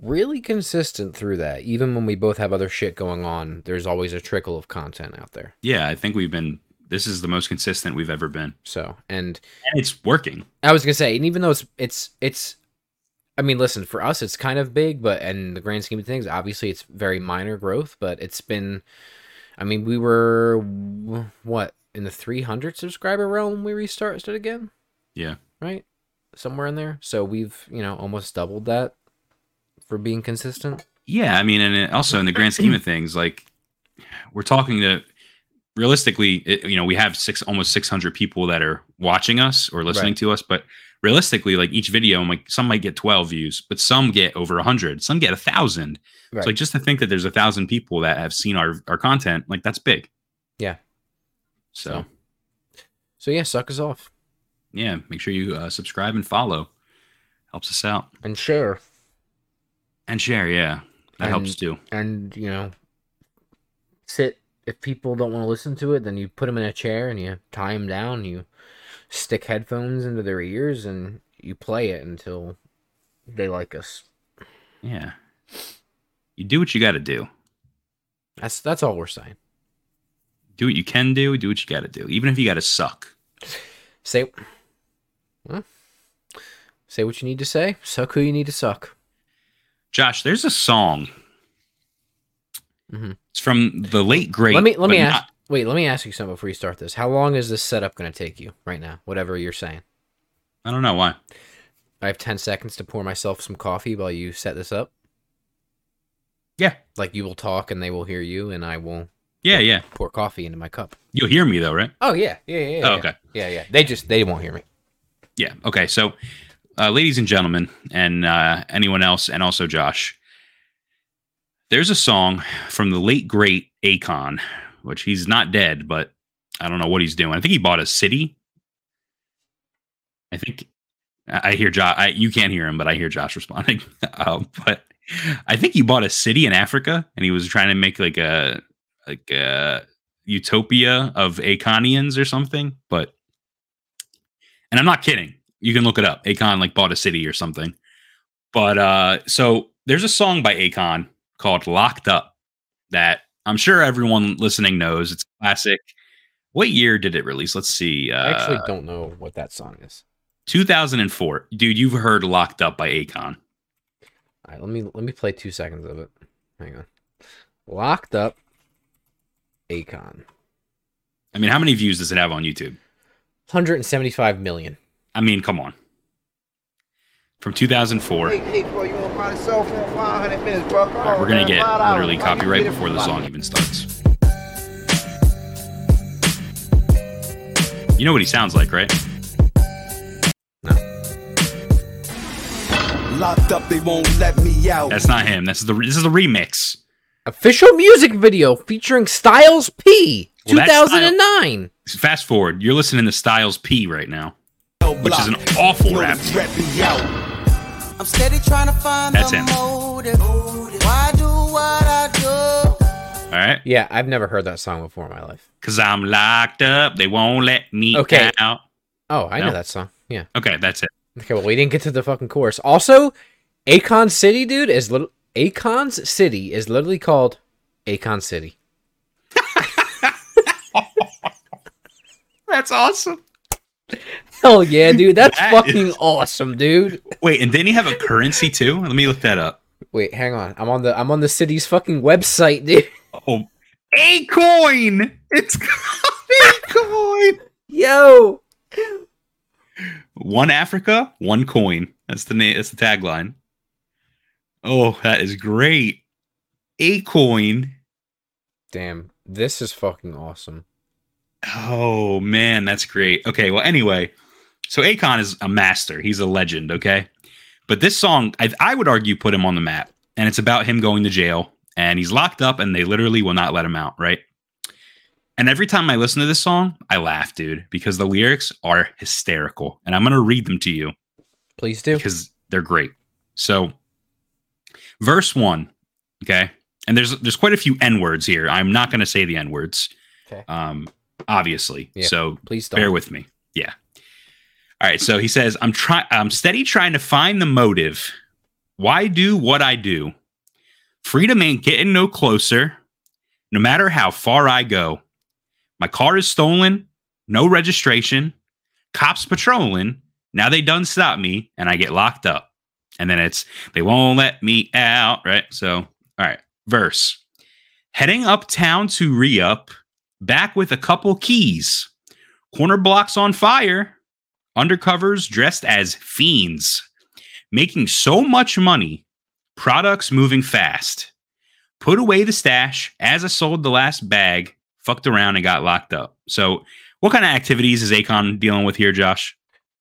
[SPEAKER 3] really consistent through that. Even when we both have other shit going on, there's always a trickle of content out there.
[SPEAKER 1] yeah i think we've been this is the most consistent we've ever been
[SPEAKER 3] So, and
[SPEAKER 1] and it's working
[SPEAKER 3] I was gonna say, and even though it's it's it's, I mean, listen, for us it's kind of big, but in the grand scheme of things, obviously it's very minor growth, but it's been, I mean, we were w- what in the three hundred subscriber realm when we restarted again.
[SPEAKER 1] Yeah.
[SPEAKER 3] Right. Somewhere in there, so we've you know almost doubled that for being consistent.
[SPEAKER 1] yeah i mean and it, also in the grand scheme of things like we're talking to realistically it, you know we have six almost 600 people that are watching us or listening
[SPEAKER 3] Right.
[SPEAKER 1] to us but realistically like each video like some might get 12 views but some get over 100 some get a thousand
[SPEAKER 3] Right.
[SPEAKER 1] so like just to think that there's a thousand people that have seen our our content like that's big
[SPEAKER 3] Yeah.
[SPEAKER 1] so
[SPEAKER 3] So. So yeah, suck us off
[SPEAKER 1] yeah make sure you uh, subscribe and follow helps us out
[SPEAKER 3] and share,
[SPEAKER 1] and share yeah that helps
[SPEAKER 3] And-
[SPEAKER 1] too
[SPEAKER 3] and you know, sit. If people don't want to listen to it, then you put them in a chair and you tie them down. You stick headphones into their ears and you play it until they like us.
[SPEAKER 1] yeah you do what you got to do
[SPEAKER 3] That's that's all we're saying.
[SPEAKER 1] do what you can do do what you got to do even if you got to suck
[SPEAKER 3] Say, well, say what you need to say. Suck who you need to suck.
[SPEAKER 1] Josh, there's a song.
[SPEAKER 3] Mhm.
[SPEAKER 1] It's from the late great.
[SPEAKER 3] let me let me
[SPEAKER 1] but
[SPEAKER 3] ask.
[SPEAKER 1] not-
[SPEAKER 3] wait, let me ask you something before you start this. How long is this setup going to take you right now? Whatever you're saying.
[SPEAKER 1] I don't know why.
[SPEAKER 3] I have ten seconds to pour myself some coffee while you set this up.
[SPEAKER 1] Yeah,
[SPEAKER 3] Like you will talk and they will hear you, and I will
[SPEAKER 1] yeah, yeah.
[SPEAKER 3] pour coffee into my cup.
[SPEAKER 1] You'll hear me though, right?
[SPEAKER 3] Oh yeah, yeah, yeah. yeah
[SPEAKER 1] Oh,
[SPEAKER 3] yeah.
[SPEAKER 1] okay.
[SPEAKER 3] Yeah, yeah. They just they won't hear me.
[SPEAKER 1] Yeah. Okay. So, uh, ladies and gentlemen, and uh, anyone else, and also Josh, there's a song from the late great Akon, which he's not dead, but I don't know what he's doing. I think he bought a city. I think I I hear Josh. I, you can't hear him, but I hear Josh responding. um, but I think he bought a city in Africa, and he was trying to make like a like a utopia of Aconians or something. But and I'm not kidding. You can look it up. Akon like bought a city or something. But uh, so there's a song by Akon called "Locked Up" that I'm sure everyone listening knows. It's classic. What year did it release? Let's see. Uh,
[SPEAKER 3] I actually don't know what that song is.
[SPEAKER 1] 2004. Dude, you've heard Locked Up by Akon.
[SPEAKER 3] All right, let me let me play two seconds of it. Hang on. Locked up. Acon.
[SPEAKER 1] I mean, how many views does it have on YouTube?
[SPEAKER 3] 175 million.
[SPEAKER 1] I mean, come on. From 2004.
[SPEAKER 4] Hey, hey, bro, you want to buy the cell phone? 500 minutes, bro. Come on,
[SPEAKER 1] We're going
[SPEAKER 4] man.
[SPEAKER 1] to get
[SPEAKER 4] Five dollars.
[SPEAKER 1] literally
[SPEAKER 4] Why you
[SPEAKER 1] copyright
[SPEAKER 4] get it
[SPEAKER 1] before
[SPEAKER 4] for
[SPEAKER 1] the
[SPEAKER 4] five?
[SPEAKER 1] song even starts. You know what he sounds like, right?
[SPEAKER 5] Locked up, they won't let me out.
[SPEAKER 1] That's not him. This is the this is the remix.
[SPEAKER 3] Official music video featuring Styles P.
[SPEAKER 1] Well, that's
[SPEAKER 3] 2009.
[SPEAKER 1] Fast forward. You're listening to Styles P right now, which is an
[SPEAKER 5] Block.
[SPEAKER 1] awful
[SPEAKER 5] Know
[SPEAKER 1] rap.
[SPEAKER 5] this rap be out.
[SPEAKER 6] I'm steady trying to find
[SPEAKER 1] That's
[SPEAKER 6] the
[SPEAKER 1] him.
[SPEAKER 6] motive. Why do what I do?
[SPEAKER 1] All right?
[SPEAKER 3] Yeah, I've never heard that song before in my life.
[SPEAKER 1] Cuz I'm locked up. They won't let me
[SPEAKER 3] Okay.
[SPEAKER 1] out.
[SPEAKER 3] Oh, I
[SPEAKER 1] No.
[SPEAKER 3] know that song. Yeah.
[SPEAKER 1] Okay, that's it.
[SPEAKER 3] Okay, well, we didn't get to the fucking course. Also, Akon City, dude, is little Akon's City is literally called Akon City.
[SPEAKER 1] That's awesome.
[SPEAKER 3] Hell yeah, dude, that's
[SPEAKER 1] That
[SPEAKER 3] fucking
[SPEAKER 1] is-
[SPEAKER 3] awesome, dude.
[SPEAKER 1] Wait, and didn't he have a currency too? Let me look that up.
[SPEAKER 3] Wait, hang on. I'm on the I'm on the city's fucking website, dude.
[SPEAKER 1] Oh, a coin. It's a coin.
[SPEAKER 3] Yo,
[SPEAKER 1] One Africa, one coin. That's the name. That's the tagline. Oh, that is great. A coin.
[SPEAKER 3] damn, this is fucking awesome.
[SPEAKER 1] Oh man, that's great. Okay, well, anyway, so Akon is a master. He's a legend. Okay, but this song, I, I would argue, put him on the map, and it's about him going to jail, and he's locked up, and they literally will not let him out. Right. And every time I listen to this song, I laugh, dude, because the lyrics are hysterical, and I'm gonna read them to you.
[SPEAKER 3] Please do.
[SPEAKER 1] because they're great. So, verse one, okay, and there's there's quite a few n words here. I'm not going to say the n words,
[SPEAKER 3] Okay.
[SPEAKER 1] um, obviously.
[SPEAKER 3] Yeah.
[SPEAKER 1] So
[SPEAKER 3] Please don't.
[SPEAKER 1] bear with me. Yeah. All right. So he says, "I'm trying. I'm steady trying to find the motive. Why do what I do? Freedom ain't getting no closer. No matter how far I go, my car is stolen. No registration. Cops patrolling. Now they done stop me, and I get locked up. And then it's they won't let me out. Right. So all right. Verse. Heading uptown to re up, back with a couple keys corner blocks on fire, undercovers dressed as fiends, making so much money, products moving fast. Put away the stash as I sold the last bag, fucked around and got locked up. So, what kind of activities is Akon dealing with here, Josh?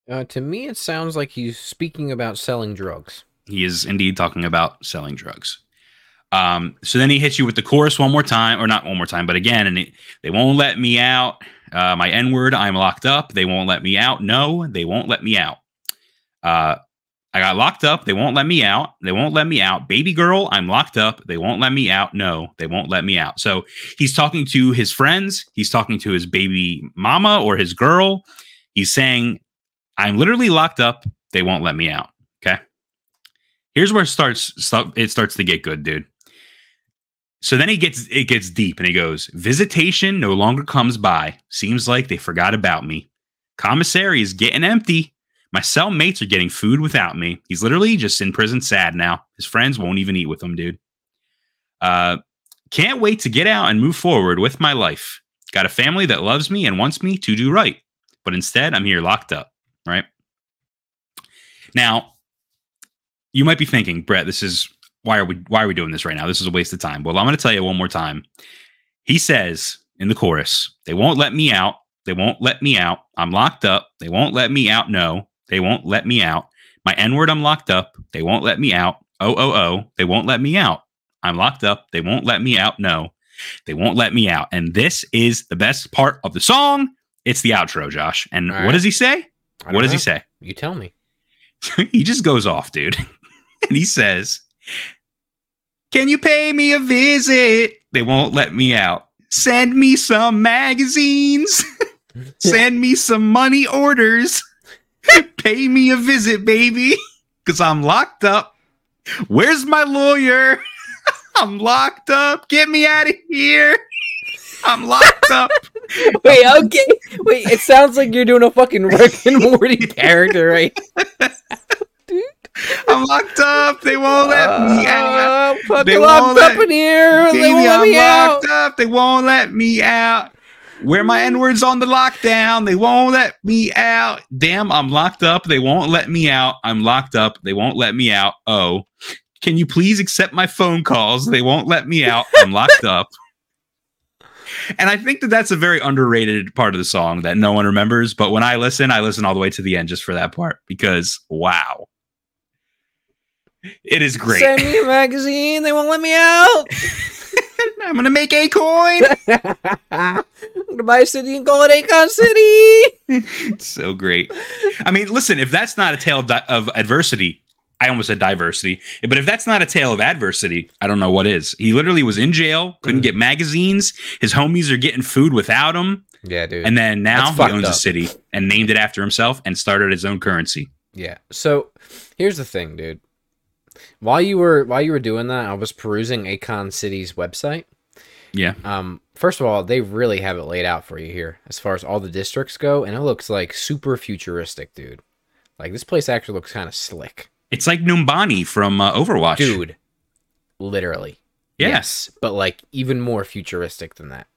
[SPEAKER 3] Uh, to me, it sounds like he's speaking about selling drugs.
[SPEAKER 1] He is indeed talking about selling drugs. Um, so then he hits you with the chorus one more time, or not one more time, but again, and it, they won't let me out. Uh, my N word, I'm locked up. They won't let me out. No, they won't let me out. Uh, I got locked up. They won't let me out. They won't let me out. Baby girl, I'm locked up. They won't let me out. No, they won't let me out. So he's talking to his friends. He's talking to his baby mama or his girl. He's saying, I'm literally locked up. They won't let me out. Okay. Here's where it starts. stu- It starts to get good, dude. So then he gets it gets deep and he goes, Visitation no longer comes by. Seems like they forgot about me. Commissary is getting empty. My cellmates are getting food without me. He's literally just in prison sad now. His friends won't even eat with him, dude. Uh can't wait to get out and move forward with my life. Got a family that loves me and wants me to do right. But instead, I'm here locked up, right? Now, you might be thinking, Brett, this is why are we why are we doing this right now? This is a waste of time. Well, I'm going to tell you one more time. He says in the chorus, "They won't let me out. They won't let me out. I'm locked up. They won't let me out. No, they won't let me out. My N-word, I'm locked up. They won't let me out. Oh oh oh, they won't let me out. I'm locked up. They won't let me out. No, they won't let me out." And this is the best part of the song. It's the outro, Josh. And
[SPEAKER 3] All
[SPEAKER 1] what
[SPEAKER 3] right.
[SPEAKER 1] does he say?
[SPEAKER 3] I
[SPEAKER 1] What
[SPEAKER 3] don't
[SPEAKER 1] does he
[SPEAKER 3] know.
[SPEAKER 1] say?
[SPEAKER 3] You tell me.
[SPEAKER 1] he just goes off, dude. and he says, Can you pay me a visit? They won't let me out. Send me some magazines. Send me some money orders. pay me a visit, baby. Because I'm locked up. Where's my lawyer? I'm locked up. Get me out of here. I'm locked up.
[SPEAKER 3] Wait, okay. Wait, it sounds like you're doing a fucking Rick and Morty character, right?
[SPEAKER 1] I'm locked up. They won't let me out.
[SPEAKER 3] Uh,
[SPEAKER 1] They
[SPEAKER 3] fucking
[SPEAKER 1] won't
[SPEAKER 3] locked up
[SPEAKER 1] let-
[SPEAKER 3] in here. They won't
[SPEAKER 1] Baby,
[SPEAKER 3] let
[SPEAKER 1] I'm
[SPEAKER 3] me out. Mm.
[SPEAKER 1] locked up. They won't let me out. Where my N words on the lockdown. They won't let me out. Damn, I'm locked up. They won't let me out. I'm locked up. They won't let me out. Oh, can you please accept my phone calls? They won't let me out. I'm locked up. And I think that that's a very underrated part of the song that no one remembers. But when I listen, I listen all the way to the end just for that part because wow, it is great.
[SPEAKER 3] Send me a magazine. They won't let me out.
[SPEAKER 1] I'm gonna make a coin.
[SPEAKER 3] I'm gonna buy a city and call it Akon City.
[SPEAKER 1] It's so great. I mean, listen, if that's not a tale of, di- of adversity, I almost said diversity, but if that's not a tale of adversity, I don't know what is. He literally was in jail, couldn't get magazines. His homies are getting food without him.
[SPEAKER 3] Yeah, dude.
[SPEAKER 1] And then now
[SPEAKER 3] That's
[SPEAKER 1] he
[SPEAKER 3] fucked
[SPEAKER 1] owns a
[SPEAKER 3] up.
[SPEAKER 1] city and named it after himself and started his own currency.
[SPEAKER 3] Yeah. So here's the thing, dude. While you were while you were doing that, I was perusing Akon City's website.
[SPEAKER 1] Yeah.
[SPEAKER 3] Um, first of all, they really have it laid out for you here as far as all the districts go, and it looks like super futuristic, dude. Like this place actually looks kind of slick,
[SPEAKER 1] It's like Numbani from uh, Overwatch.
[SPEAKER 3] dude. Literally,
[SPEAKER 1] Yes.
[SPEAKER 3] but like even more futuristic than that.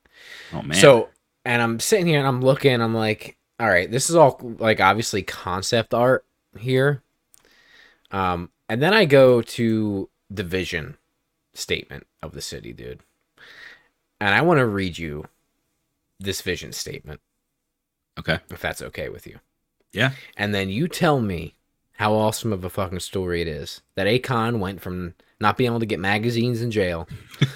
[SPEAKER 1] Oh man.
[SPEAKER 3] So, and I'm sitting here and I'm looking, I'm like, all right, this is all like obviously concept art here. Um, and then I go to the vision statement of the city, dude. And I want to read you this vision statement,
[SPEAKER 1] okay.
[SPEAKER 3] if that's okay with you.
[SPEAKER 1] Yeah.
[SPEAKER 3] And then you tell me how awesome of a fucking story it is that Akon went from not being able to get magazines in jail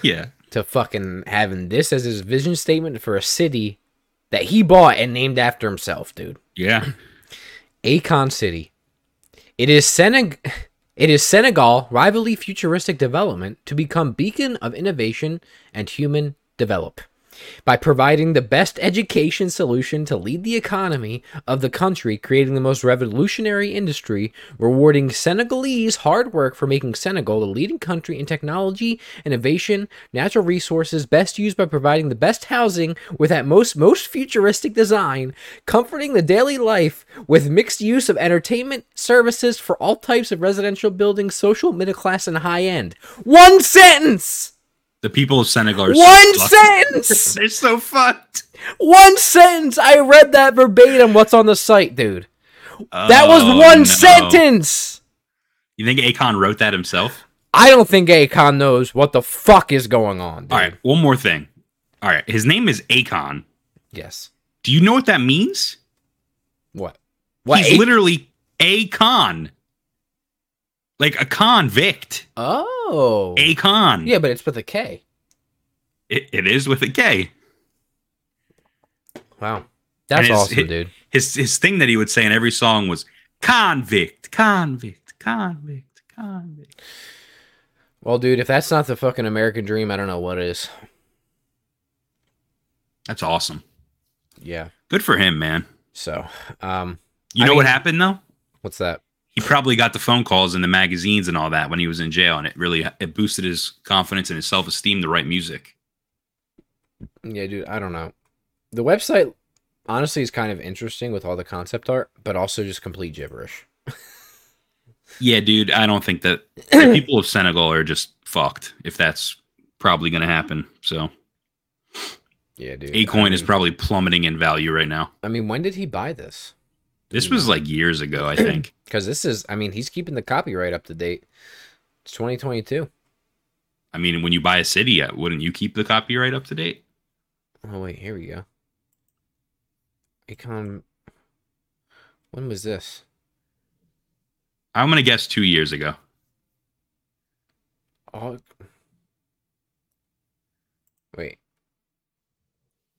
[SPEAKER 1] Yeah.
[SPEAKER 3] to fucking having this as his vision statement for a city that he bought and named after himself, dude.
[SPEAKER 1] Yeah.
[SPEAKER 3] Akon City. It is Seneg it is Senegal rivalry futuristic development to become beacon of innovation and human develop by providing the best education solution to lead the economy of the country creating the most revolutionary industry rewarding senegalese hard work for making senegal the leading country in technology innovation natural resources best used by providing the best housing with at most most futuristic design comforting the daily life with mixed use of entertainment services for all types of residential buildings social middle class and high end one sentence
[SPEAKER 1] The people of Senegal are so
[SPEAKER 3] one
[SPEAKER 1] fucked.
[SPEAKER 3] sentence
[SPEAKER 1] They're so fucked.
[SPEAKER 3] one sentence. I read that verbatim. What's on the site, dude? That was
[SPEAKER 1] Oh,
[SPEAKER 3] one
[SPEAKER 1] no.
[SPEAKER 3] sentence.
[SPEAKER 1] You think Akon wrote that himself?
[SPEAKER 3] I don't think Akon knows what the fuck is going on. Dude.
[SPEAKER 1] All right. One more thing. All right. His name is Akon.
[SPEAKER 3] Yes.
[SPEAKER 1] Do you know what that means?
[SPEAKER 3] What? What?
[SPEAKER 1] He's
[SPEAKER 3] A-
[SPEAKER 1] literally a con. Like a convict.
[SPEAKER 3] oh.
[SPEAKER 1] A con.
[SPEAKER 3] yeah, but it's with a K.
[SPEAKER 1] It, it is with a K.
[SPEAKER 3] Wow. That's
[SPEAKER 1] And it's-
[SPEAKER 3] awesome,
[SPEAKER 1] it-
[SPEAKER 3] dude.
[SPEAKER 1] His his thing that he would say in every song was convict, convict, convict, convict.
[SPEAKER 3] Well, dude, if that's not the fucking American dream, I don't know what is.
[SPEAKER 1] That's awesome.
[SPEAKER 3] Yeah.
[SPEAKER 1] Good for him, man.
[SPEAKER 3] So, um,
[SPEAKER 1] You
[SPEAKER 3] I
[SPEAKER 1] know what
[SPEAKER 3] mean-
[SPEAKER 1] happened though?
[SPEAKER 3] what's that?
[SPEAKER 1] He probably got the phone calls and the magazines and all that when he was in jail, and it really it boosted his confidence and his self esteem to write music.
[SPEAKER 3] Yeah, dude, I don't know. The website honestly is kind of interesting with all the concept art, but also just complete gibberish.
[SPEAKER 1] Yeah, dude, I don't think that the people of Senegal are just fucked if that's probably going to happen. So,
[SPEAKER 3] Yeah, dude.
[SPEAKER 1] A
[SPEAKER 3] I
[SPEAKER 1] coin is
[SPEAKER 3] mean-
[SPEAKER 1] probably plummeting in value right now.
[SPEAKER 3] I mean, when did he buy this?
[SPEAKER 1] This was like years ago, I think.
[SPEAKER 3] Because this is, I mean, he's keeping the copyright up to date. It's 2022.
[SPEAKER 1] I mean, when you buy a city, uh, wouldn't you keep the copyright up to date?
[SPEAKER 3] Oh, wait, here we go. Econ. When was this?
[SPEAKER 1] I'm going to guess two years ago.
[SPEAKER 3] Aug. Wait.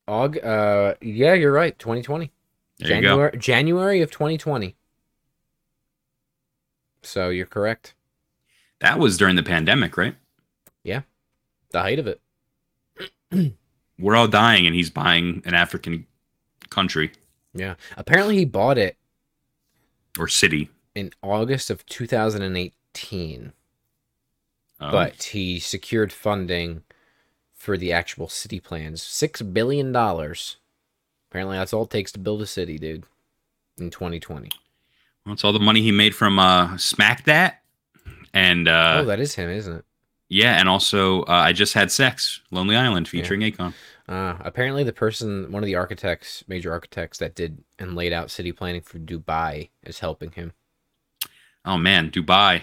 [SPEAKER 3] Aug. Uh, yeah, you're right. 2020.
[SPEAKER 1] There you go.
[SPEAKER 3] January, January of 2020. So you're correct.
[SPEAKER 1] That was during the pandemic, right?
[SPEAKER 3] The height of it.
[SPEAKER 1] We're all dying, and he's buying an African country
[SPEAKER 3] Yeah. Apparently, he bought it
[SPEAKER 1] or city.
[SPEAKER 3] in August of 2018.
[SPEAKER 1] Um,
[SPEAKER 3] but he secured funding for the actual city plans. Six billion dollars. Apparently, that's all it takes to build a city, dude. In 2020.
[SPEAKER 1] that's all the money he made from uh, Smack That. And uh,
[SPEAKER 3] oh, that is him, isn't it?
[SPEAKER 1] yeah, and also uh, I Just Had Sex, Lonely Island featuring Akon.
[SPEAKER 3] Uh, apparently, the person, one of the architects, major architects that did and laid out city planning for Dubai, is helping him.
[SPEAKER 1] Oh man, Dubai.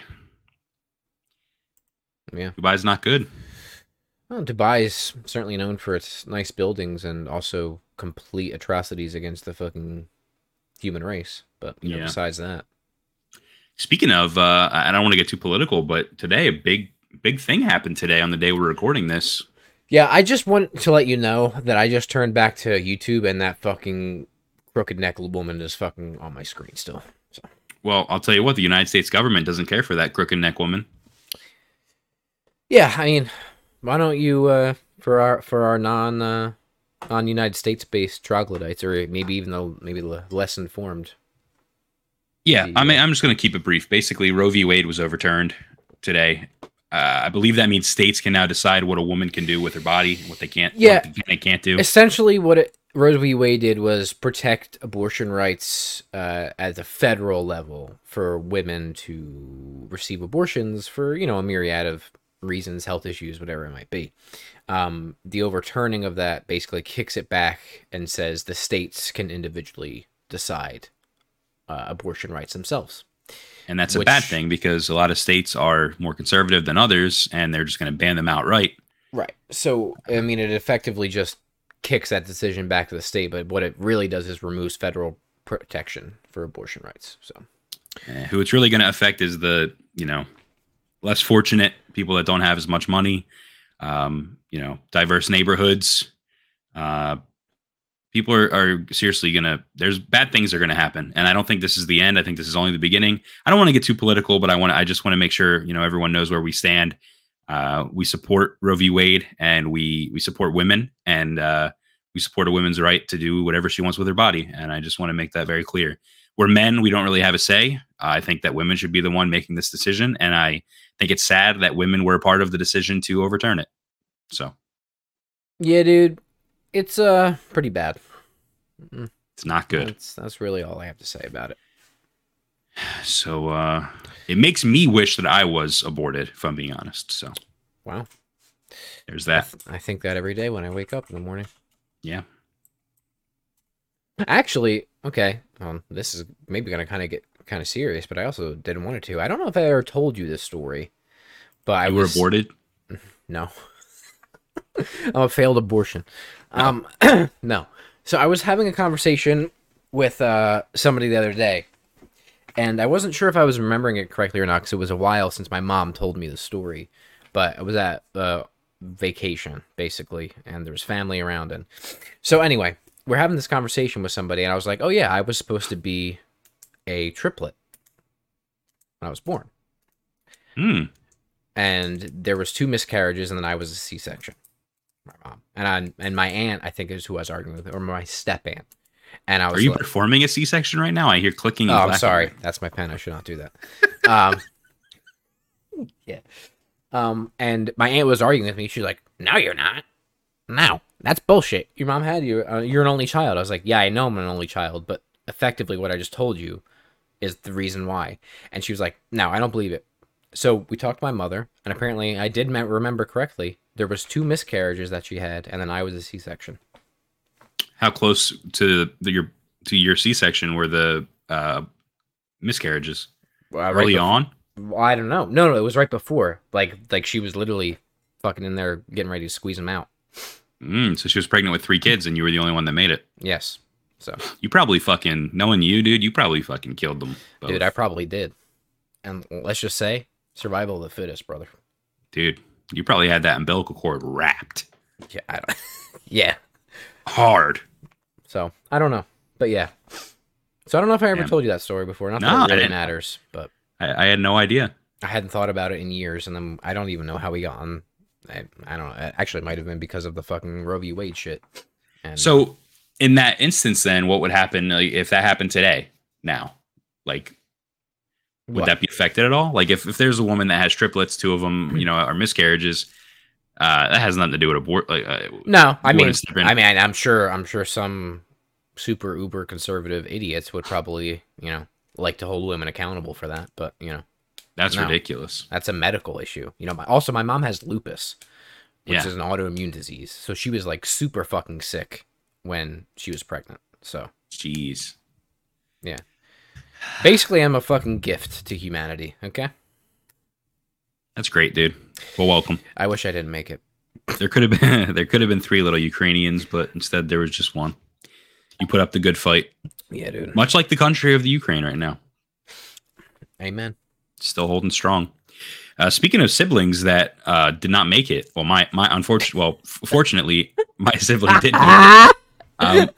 [SPEAKER 3] Yeah.
[SPEAKER 1] Dubai's not good.
[SPEAKER 3] Well, Dubai is certainly known for its nice buildings and also complete atrocities against the fucking human race. But you know,
[SPEAKER 1] Yeah.
[SPEAKER 3] besides that,
[SPEAKER 1] Speaking of, uh, I I don't want to get too political, but today a big, big thing happened today on the day we're recording this.
[SPEAKER 3] Yeah, I just want to let you know that I just turned back to YouTube and that fucking crooked neck woman is fucking on my screen still.
[SPEAKER 1] Well, I'll tell you what, the United States government doesn't care for that crooked neck woman.
[SPEAKER 3] Yeah, I mean, why don't you uh for our for our non uh non United States based troglodytes or maybe even the maybe the less informed
[SPEAKER 1] Yeah,
[SPEAKER 3] The,
[SPEAKER 1] I mean,
[SPEAKER 3] uh,
[SPEAKER 1] I'm just going to keep it brief. Basically, Roe v. Wade was overturned today. Uh, I believe that means states can now decide what a woman can do with her body, what they can't, what
[SPEAKER 3] Yeah.
[SPEAKER 1] they can and can't do.
[SPEAKER 3] Essentially, what it, Roe v. Wade did was protect abortion rights uh, at the federal level for women to receive abortions for you know a myriad of reasons, health issues, whatever it might be. Um, the overturning of that basically kicks it back and says the states can individually decide uh, abortion rights themselves.
[SPEAKER 1] and that's a
[SPEAKER 3] which-
[SPEAKER 1] bad thing because a lot of states are more conservative than others, and they're just going to ban them outright.
[SPEAKER 3] Right. So I mean, it effectively just kicks that decision back to the state, but what it really does is removes federal protection for abortion rights. So
[SPEAKER 1] Eh, who it's really going to affect is the you know less fortunate people that don't have as much money um you know diverse neighborhoods uh people are, are seriously gonna there's bad things are gonna happen and i don't think this is the end i think this is only the beginning i don't want to get too political but i want to i just want to make sure you know everyone knows where we stand uh we support roe v wade and we we support women and uh we support a woman's right to do whatever she wants with her body and i just want to make that very clear we're men we don't really have a say i think that women should be the one making this decision and i think it's sad that women were a part of the decision to overturn it so
[SPEAKER 3] yeah, dude, it's uh pretty bad.
[SPEAKER 1] it's not Mm-hmm. good
[SPEAKER 3] That's that's really all I have to say about it.
[SPEAKER 1] so uh it makes me wish that i was aborted if i'm being honest so
[SPEAKER 3] Wow.
[SPEAKER 1] there's that
[SPEAKER 3] I think that every day when I wake up in the morning.
[SPEAKER 1] yeah
[SPEAKER 3] Actually, okay, um, this is maybe gonna kind of get kind of serious, but I also didn't want it to. I don't know if I ever told you this story, but I
[SPEAKER 1] you were
[SPEAKER 3] was
[SPEAKER 1] aborted
[SPEAKER 3] No. I'm a failed abortion. Um, no. So I was having a conversation with uh, somebody the other day, and I wasn't sure if I was remembering it correctly or not because it was a while since my mom told me the story. But I was at uh, vacation, basically, and there was family around. And so, anyway, we're having this conversation with somebody, and I was like, oh, yeah, I was supposed to be a triplet when I was born
[SPEAKER 1] Hmm.
[SPEAKER 3] and there was two miscarriages and then i was a c-section my mom and i and my aunt i think is who i was arguing with or my step aunt and i was
[SPEAKER 1] are you
[SPEAKER 3] like,
[SPEAKER 1] performing a c-section right now i hear clicking
[SPEAKER 3] oh
[SPEAKER 1] and
[SPEAKER 3] i'm
[SPEAKER 1] clacking.
[SPEAKER 3] sorry that's my pen i should not do that um yeah um and my aunt was arguing with me she's like no you're not no that's bullshit your mom had you uh, you're an only child i was like yeah i know i'm an only child but effectively what i just told you is the reason why and she was like no i don't believe it so we talked to my mother and apparently i did me- remember correctly there was two miscarriages that she had and then i was a c-section
[SPEAKER 1] how close to the, your to your c-section were the uh miscarriages
[SPEAKER 3] uh,
[SPEAKER 1] early on
[SPEAKER 3] Well, I don't know. No, no, it was right before. Like, like she was literally fucking in there getting ready to squeeze him out.
[SPEAKER 1] mm, so she was pregnant with three kids and you were the only one that made it
[SPEAKER 3] Yes. So,
[SPEAKER 1] You probably fucking knowing you, dude. You probably fucking killed them, both.
[SPEAKER 3] dude, I probably did. And let's just say, survival of the fittest, brother.
[SPEAKER 1] Dude, you probably had that umbilical cord wrapped
[SPEAKER 3] Yeah, I don't. yeah.
[SPEAKER 1] hard.
[SPEAKER 3] So I don't know, but yeah. So I don't know if I ever
[SPEAKER 1] Damn.
[SPEAKER 3] told you that story before. Not that
[SPEAKER 1] No, I
[SPEAKER 3] it really
[SPEAKER 1] didn't.
[SPEAKER 3] matters, but
[SPEAKER 1] I, I had no idea.
[SPEAKER 3] I hadn't thought about it in years, and then I don't even know how we got on. I, I don't know. It Actually, it might have been because of the fucking Roe v. Wade shit. And
[SPEAKER 1] So, in that instance, then what would happen like, if that happened today? Now, like, would
[SPEAKER 3] what?
[SPEAKER 1] that be affected at all? Like, if, if there's a woman that has triplets, two of them, you know, are miscarriages, uh, that has nothing to do with abort. Like, uh,
[SPEAKER 3] No, I
[SPEAKER 1] You
[SPEAKER 3] mean,
[SPEAKER 1] wouldn't step in.
[SPEAKER 3] I mean, I'm sure, I'm sure some super uber conservative idiots would probably, you know, like to hold women accountable for that. But you know,
[SPEAKER 1] that's
[SPEAKER 3] No.
[SPEAKER 1] ridiculous.
[SPEAKER 3] that's a medical issue. You know, my, also my mom has lupus, which
[SPEAKER 1] Yeah.
[SPEAKER 3] is an autoimmune disease. So she was like super fucking sick when she was pregnant. So
[SPEAKER 1] Jeez.
[SPEAKER 3] basically, I'm a fucking gift to humanity. Okay,
[SPEAKER 1] That's great, dude. Well, welcome.
[SPEAKER 3] I wish I didn't make it.
[SPEAKER 1] There could have been there could have been three little Ukrainians, but instead there was just one. You put up the good fight.
[SPEAKER 3] Yeah, dude.
[SPEAKER 1] much like the country of the Ukraine right now,
[SPEAKER 3] Amen.
[SPEAKER 1] still holding strong. Uh, speaking of siblings that uh, did not make it, well, my my unfortunate, well, f- fortunately, my sibling did. Make it. Um,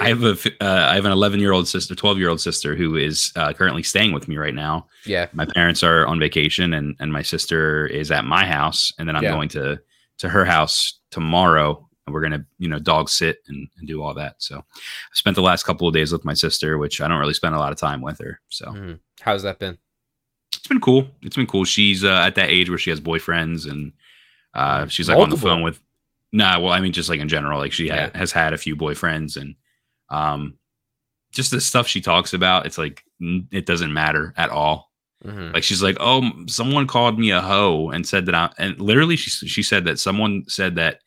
[SPEAKER 1] I have a f- uh, I have an 11 year old sister, 12 year old sister who is uh, currently staying with me right now.
[SPEAKER 3] Yeah,
[SPEAKER 1] My parents are on vacation, and and my sister is at my house, and then I'm
[SPEAKER 3] Yeah.
[SPEAKER 1] going to to her house tomorrow and we're gonna you know dog sit and, and do all that so i spent the last couple of days with my sister which i don't really spend a lot of time with her so
[SPEAKER 3] Mhm. How's that been?
[SPEAKER 1] it's been cool it's been cool she's uh, at that age where she has boyfriends and uh, she's like on the
[SPEAKER 3] Multiple.
[SPEAKER 1] phone with nah well i mean just like in general like she ha-
[SPEAKER 3] Yeah.
[SPEAKER 1] has had a few boyfriends and um just the stuff she talks about it's like n- it doesn't matter at all
[SPEAKER 3] Mhm.
[SPEAKER 1] like she's like, oh, m- someone called me a hoe and said that I and literally she s- she said that someone said that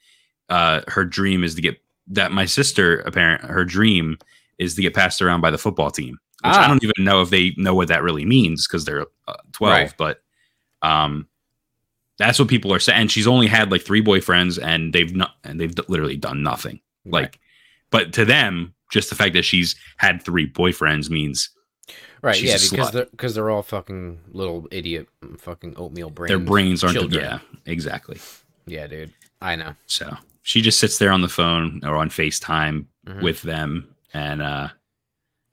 [SPEAKER 1] uh her dream is to get that my sister apparent her dream is to get passed around by the football team. Which I
[SPEAKER 3] Ah.
[SPEAKER 1] don't even know if they know what that really means because they're uh, twelve,
[SPEAKER 3] Right.
[SPEAKER 1] but um, that's what people are saying. And she's only had like three boyfriends, and they've not and they've d- literally done nothing.
[SPEAKER 3] Right.
[SPEAKER 1] Like, but to them, just the fact that she's had three boyfriends means
[SPEAKER 3] Right,
[SPEAKER 1] She's
[SPEAKER 3] yeah,
[SPEAKER 1] a
[SPEAKER 3] because
[SPEAKER 1] slut.
[SPEAKER 3] they're because they're all fucking little idiot, fucking oatmeal brains.
[SPEAKER 1] their brains aren't.
[SPEAKER 3] children.
[SPEAKER 1] Yeah, exactly.
[SPEAKER 3] yeah, dude. I know.
[SPEAKER 1] So she just sits there on the phone or on FaceTime
[SPEAKER 3] Mhm.
[SPEAKER 1] with them. And uh,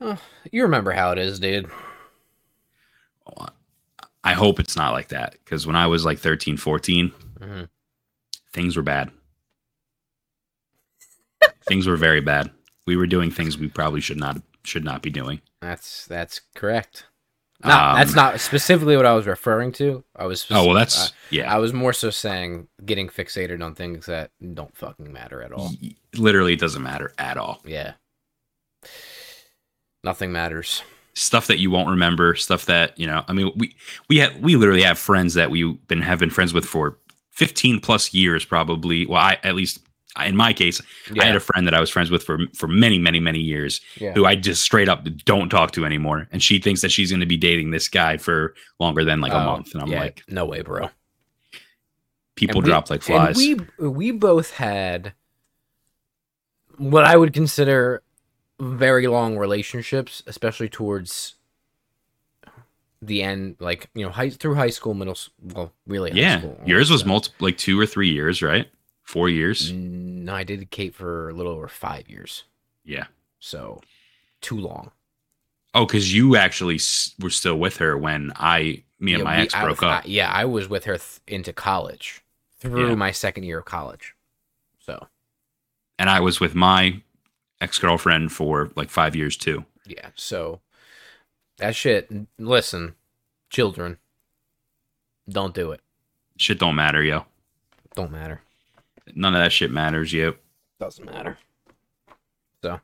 [SPEAKER 3] Oh, you remember how it is, dude.
[SPEAKER 1] I hope it's not like that because when I was like 13, 14,
[SPEAKER 3] Mhm.
[SPEAKER 1] things were bad. things were very bad. We were doing things we probably should not should not be doing.
[SPEAKER 3] That's that's correct. No, that's
[SPEAKER 1] Um,
[SPEAKER 3] not uh, specifically what I was referring to. I was
[SPEAKER 1] Oh well,
[SPEAKER 3] speci-
[SPEAKER 1] that's
[SPEAKER 3] I,
[SPEAKER 1] yeah.
[SPEAKER 3] I was more so saying getting fixated on things that don't fucking matter at all.
[SPEAKER 1] Y- Literally doesn't matter at all.
[SPEAKER 3] Yeah, nothing matters.
[SPEAKER 1] Stuff that you won't remember. Stuff that you know. I mean, we we have we literally have friends that we've been have been friends with for fifteen plus years, probably. Well, I at least in my case,
[SPEAKER 3] Yeah,
[SPEAKER 1] I had a friend that I was friends with for for many, many, many years,
[SPEAKER 3] yeah.
[SPEAKER 1] who I just straight up don't talk to anymore. And she thinks that she's going to be dating this guy for longer than like a
[SPEAKER 3] Oh,
[SPEAKER 1] month. And I'm
[SPEAKER 3] yeah,
[SPEAKER 1] like,
[SPEAKER 3] no way, bro.
[SPEAKER 1] people
[SPEAKER 3] And we-
[SPEAKER 1] drop like flies.
[SPEAKER 3] And we we both had what I would consider very long relationships, especially towards the end, like you know, high through high school, middle, s- well, really, high
[SPEAKER 1] yeah,
[SPEAKER 3] school,
[SPEAKER 1] yours was
[SPEAKER 3] so-
[SPEAKER 1] multiple, like two or three years, right? Four years.
[SPEAKER 3] Mm-hmm. No, uh, I did Kate for a little over five years,
[SPEAKER 1] Yeah.
[SPEAKER 3] so too long.
[SPEAKER 1] Oh, because you actually s- were still with her when I, me and my
[SPEAKER 3] we-
[SPEAKER 1] ex
[SPEAKER 3] I-
[SPEAKER 1] broke
[SPEAKER 3] I-
[SPEAKER 1] up.
[SPEAKER 3] yeah, I was with her th- into college through
[SPEAKER 1] Yeah.
[SPEAKER 3] my second year of college. So
[SPEAKER 1] and I was with my ex girlfriend for like five years too.
[SPEAKER 3] Yeah, so that shit. Listen, children, don't do it.
[SPEAKER 1] Shit don't matter, yo.
[SPEAKER 3] Don't matter.
[SPEAKER 1] None of that shit matters, yo.
[SPEAKER 3] Doesn't matter. So,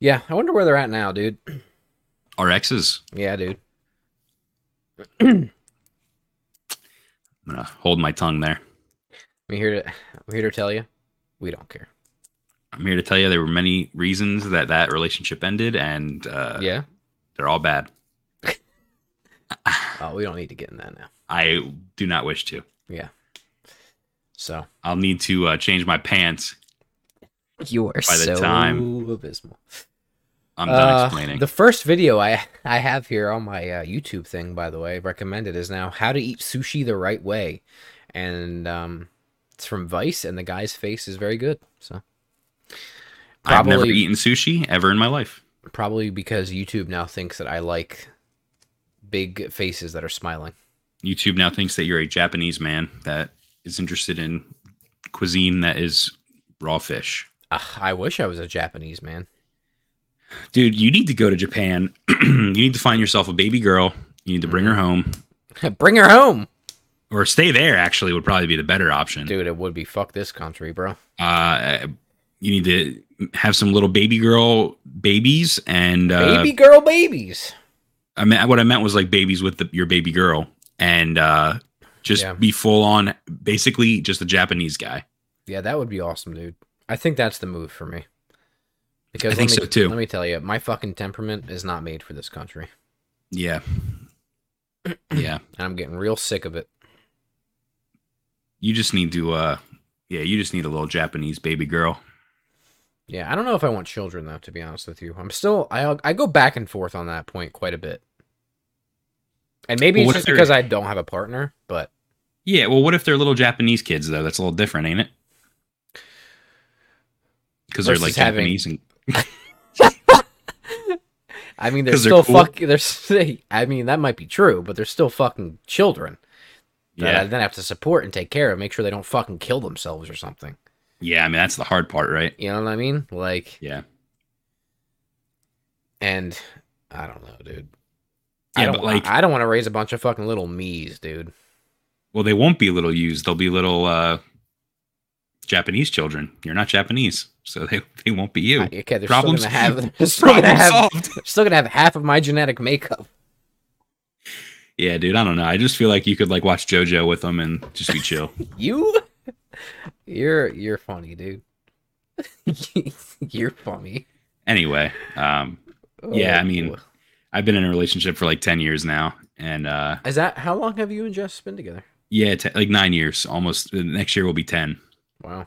[SPEAKER 3] yeah, I wonder where they're at now, dude.
[SPEAKER 1] Our exes.
[SPEAKER 3] Yeah, dude.
[SPEAKER 1] I'm gonna hold my tongue there.
[SPEAKER 3] We here to we here to tell you, we don't care.
[SPEAKER 1] I'm here to tell you there were many reasons that that relationship ended, and uh,
[SPEAKER 3] yeah.
[SPEAKER 1] they're all bad.
[SPEAKER 3] Oh, we don't need to get in that now.
[SPEAKER 1] I do not wish to.
[SPEAKER 3] So
[SPEAKER 1] I'll need to uh, change my pants.
[SPEAKER 2] You are
[SPEAKER 1] By the
[SPEAKER 2] so
[SPEAKER 1] time-
[SPEAKER 3] abysmal.
[SPEAKER 1] I'm done
[SPEAKER 3] Uh,
[SPEAKER 1] explaining.
[SPEAKER 3] The first video I I have here on my uh, YouTube thing, by the way, recommended is now how to eat sushi the right way, and um, it's from Vice, and the guy's face is very good. So
[SPEAKER 1] I've never
[SPEAKER 3] probably-
[SPEAKER 1] eaten sushi ever in my life.
[SPEAKER 3] probably because YouTube now thinks that I like big faces that are smiling.
[SPEAKER 1] YouTube now thinks that you're a Japanese man that is interested in cuisine that is raw fish.
[SPEAKER 3] Ah, I wish I was a Japanese man.
[SPEAKER 1] Dude, you need to go to Japan. you need to find yourself a baby girl. You need to bring her
[SPEAKER 3] Mm-hmm.
[SPEAKER 1] home
[SPEAKER 3] Bring her home,
[SPEAKER 1] or stay there, actually, would probably be the better option.
[SPEAKER 3] dude. It would be fuck this country, bro.
[SPEAKER 1] Uh, you need to have some little baby girl babies and uh,
[SPEAKER 3] Baby girl babies.
[SPEAKER 1] I mean, what I meant was like babies with the, your baby girl, and uh, just
[SPEAKER 3] Yeah.
[SPEAKER 1] be full on, basically just a Japanese guy.
[SPEAKER 3] Yeah, that would be awesome, dude. I think that's the move for me. Because
[SPEAKER 1] I think
[SPEAKER 3] let me,
[SPEAKER 1] so, too.
[SPEAKER 3] Let me tell you, my fucking temperament is not made for this country,
[SPEAKER 1] Yeah, yeah.
[SPEAKER 3] and I'm getting real sick of it.
[SPEAKER 1] You just need to, uh, yeah, you just need a little Japanese baby girl.
[SPEAKER 3] Yeah, I don't know if I want children though. To be honest with you, I'm still I I go back and forth on that point quite a bit, and maybe
[SPEAKER 1] Well, what
[SPEAKER 3] it's
[SPEAKER 1] if
[SPEAKER 3] just
[SPEAKER 1] they're-
[SPEAKER 3] because I don't have a partner. But
[SPEAKER 1] Yeah. Well, what if they're little Japanese kids though? That's a little different, ain't it? Because they're like
[SPEAKER 3] Versus having-
[SPEAKER 1] Japanese, and
[SPEAKER 3] I mean, they're
[SPEAKER 1] 'Cause they're
[SPEAKER 3] still
[SPEAKER 1] cool.
[SPEAKER 3] fuck. They're s- I mean, that might be true, but they're still fucking children that I
[SPEAKER 1] yeah,
[SPEAKER 3] then have to support and take care of, make sure they don't fucking kill themselves or something.
[SPEAKER 1] Yeah, I mean that's the hard part, right?
[SPEAKER 3] You know what I mean? Like,
[SPEAKER 1] Yeah.
[SPEAKER 3] and I don't know, dude. I
[SPEAKER 1] Yeah,
[SPEAKER 3] don't
[SPEAKER 1] but
[SPEAKER 3] wa-
[SPEAKER 1] like
[SPEAKER 3] I don't want to raise a bunch of fucking little me's, dude.
[SPEAKER 1] well, they won't be little U's, they'll be little uh Japanese children. You're not Japanese, so they, they won't be you.
[SPEAKER 3] I- Okay, they're
[SPEAKER 1] Problems-
[SPEAKER 3] still gonna have, they're still gonna
[SPEAKER 1] Problem
[SPEAKER 3] have,
[SPEAKER 1] solved.
[SPEAKER 3] they're still gonna have half of my genetic makeup.
[SPEAKER 1] Yeah, dude, I don't know. I just feel like you could like watch JoJo with them and just be chill.
[SPEAKER 3] You, you're you're funny, dude. you're funny.
[SPEAKER 1] anyway, um Yeah, I mean-
[SPEAKER 3] Oh.
[SPEAKER 1] I've been in a relationship for like 10 years now and uh
[SPEAKER 3] is that how long have you and Jess been together?
[SPEAKER 1] yeah, te- like 9 years almost next year will be 10.
[SPEAKER 3] Wow.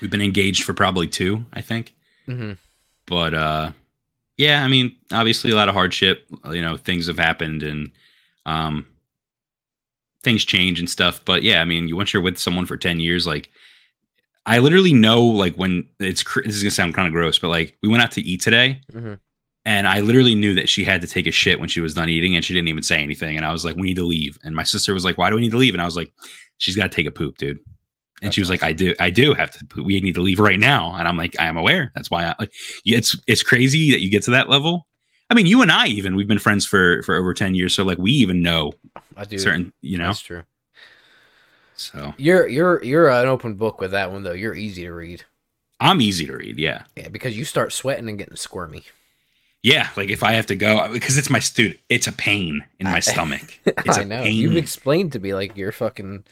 [SPEAKER 1] We've been engaged for probably 2, I think.
[SPEAKER 3] hmm
[SPEAKER 1] but uh yeah i mean obviously a lot of hardship you know things have happened and um things change and stuff but yeah i mean you once you're with someone for 10 years like i literally know like when it's cr- this is gonna sound kind of gross but like we went out to eat today
[SPEAKER 3] Mhm.
[SPEAKER 1] and i literally knew that she had to take a shit when she was done eating and she didn't even say anything and i was like we need to leave and my sister was like why do we need to leave and i was like she's got to take a poop dude and she was like i do i do have to poop. we need to leave right now and i'm like i am aware that's why i like yeah, it's it's crazy that you get to that level. I mean, you and I even we've been friends for for over ten years, so like we even know
[SPEAKER 3] I do.
[SPEAKER 1] certain, you know.
[SPEAKER 3] That's true.
[SPEAKER 1] So
[SPEAKER 3] You're you're you're an open book with that one though. You're easy to read.
[SPEAKER 1] I'm easy to read. Yeah,
[SPEAKER 3] Yeah, because you start sweating and getting squirmy.
[SPEAKER 1] yeah. Like if I have to go because it's my dude, it's a pain in my stomach. It's
[SPEAKER 3] I
[SPEAKER 1] a
[SPEAKER 3] know.
[SPEAKER 1] pain.
[SPEAKER 3] You've explained to me like you're fucking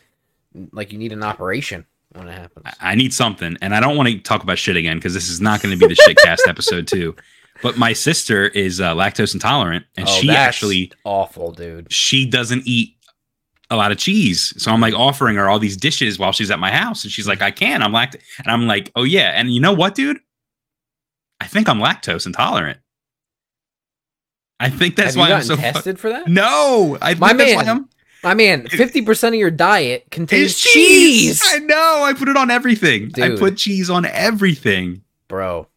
[SPEAKER 3] like you need an operation when it happens.
[SPEAKER 1] I- I need something, and I don't want to talk about shit again because this is not going to be the shitcast episode two. But my sister is uh, lactose intolerant, and
[SPEAKER 3] Oh,
[SPEAKER 1] she
[SPEAKER 3] that's
[SPEAKER 1] actually
[SPEAKER 3] awful, dude.
[SPEAKER 1] she doesn't eat a lot of cheese. So I'm like offering her all these dishes while she's at my house. And she's like, I can. I'm lactose. And I'm like, oh, yeah. And you know what, dude? I think I'm lactose intolerant. I think that's
[SPEAKER 3] Have you
[SPEAKER 1] why I'm
[SPEAKER 3] gotten
[SPEAKER 1] so. fu-
[SPEAKER 3] tested for that?
[SPEAKER 1] no, I think
[SPEAKER 3] My
[SPEAKER 1] that's why
[SPEAKER 3] man
[SPEAKER 1] I'm.
[SPEAKER 3] My man, fifty percent of your diet contains
[SPEAKER 1] It's
[SPEAKER 3] cheese,
[SPEAKER 1] cheese. I know. I put it on everything. I
[SPEAKER 3] Dude.
[SPEAKER 1] put cheese on everything.
[SPEAKER 3] bro.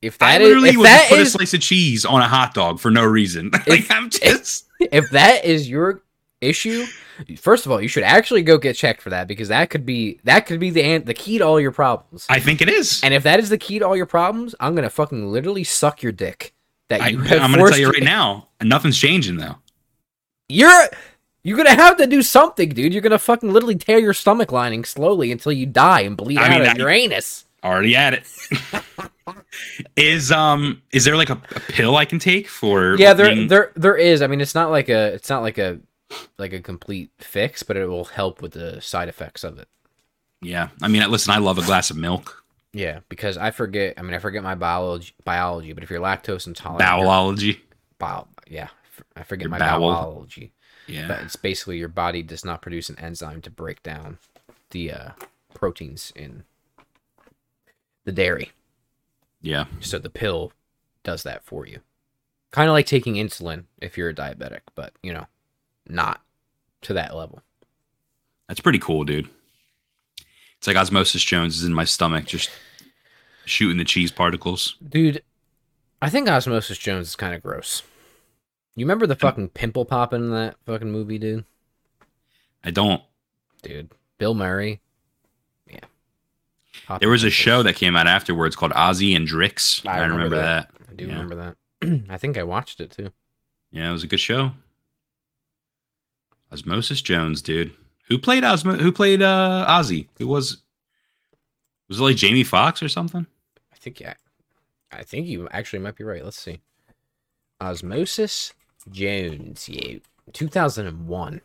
[SPEAKER 3] If
[SPEAKER 1] I
[SPEAKER 3] that is
[SPEAKER 1] literally
[SPEAKER 3] if
[SPEAKER 1] would
[SPEAKER 3] that
[SPEAKER 1] put a
[SPEAKER 3] is
[SPEAKER 1] slice of cheese on a hot dog for no reason. like
[SPEAKER 3] If-
[SPEAKER 1] I'm just.
[SPEAKER 3] if that is your issue, first of all, you should actually go get checked for that because that could be that could be the an- the key to all your problems.
[SPEAKER 1] I think it is.
[SPEAKER 3] and if that is the key to all your problems, I'm gonna fucking literally suck your dick. That
[SPEAKER 1] I,
[SPEAKER 3] you have
[SPEAKER 1] I'm going to tell
[SPEAKER 3] forced
[SPEAKER 1] you
[SPEAKER 3] your-
[SPEAKER 1] right now. Nothing's changing though.
[SPEAKER 3] You're you're gonna have to do something, dude. You're gonna fucking literally tear your stomach lining slowly until you die and bleed
[SPEAKER 1] I
[SPEAKER 3] out
[SPEAKER 1] mean,
[SPEAKER 3] of
[SPEAKER 1] I-
[SPEAKER 3] your anus.
[SPEAKER 1] already at it. is um is there like a, a pill I can take for
[SPEAKER 3] Yeah, there
[SPEAKER 1] being-
[SPEAKER 3] there there is. I mean, it's not like a it's not like a like a complete fix, but it will help with the side effects of it.
[SPEAKER 1] yeah. I mean, listen, I love a glass of milk.
[SPEAKER 3] Yeah, because I forget. I mean, I forget my biology biology, but if you're lactose intolerant, your
[SPEAKER 1] Bowelology.
[SPEAKER 3] bowel, yeah, f- I forget
[SPEAKER 1] Your
[SPEAKER 3] my
[SPEAKER 1] bowel.
[SPEAKER 3] biology. But
[SPEAKER 1] Yeah.
[SPEAKER 3] it's basically your body does not produce an enzyme to break down the uh, proteins in the dairy.
[SPEAKER 1] Yeah.
[SPEAKER 3] So the pill does that for you. Kind of like taking insulin if you're a diabetic, but you know, not to that level.
[SPEAKER 1] That's pretty cool, dude. It's like osmosis Jones is in my stomach just shooting the cheese particles.
[SPEAKER 3] Dude, I think Osmosis Jones is kind of gross. You remember the fucking pimple popping in that fucking movie, dude?
[SPEAKER 1] I don't
[SPEAKER 3] Dude, Bill Murray. Yeah. Popping
[SPEAKER 1] There was a
[SPEAKER 3] pimples.
[SPEAKER 1] show that came out afterwards called Ozzy and Drix. I, remember, that.
[SPEAKER 3] I do
[SPEAKER 1] Yeah.
[SPEAKER 3] remember that. I think I watched it too.
[SPEAKER 1] Yeah, it was a good show. Osmosis Jones, dude. Who played Osmo who played uh Ozzy? Who was was it like Jamie Foxx or something?
[SPEAKER 3] I think yeah. I think you actually might be right. Let's see. Osmosis Jones, you. 2001.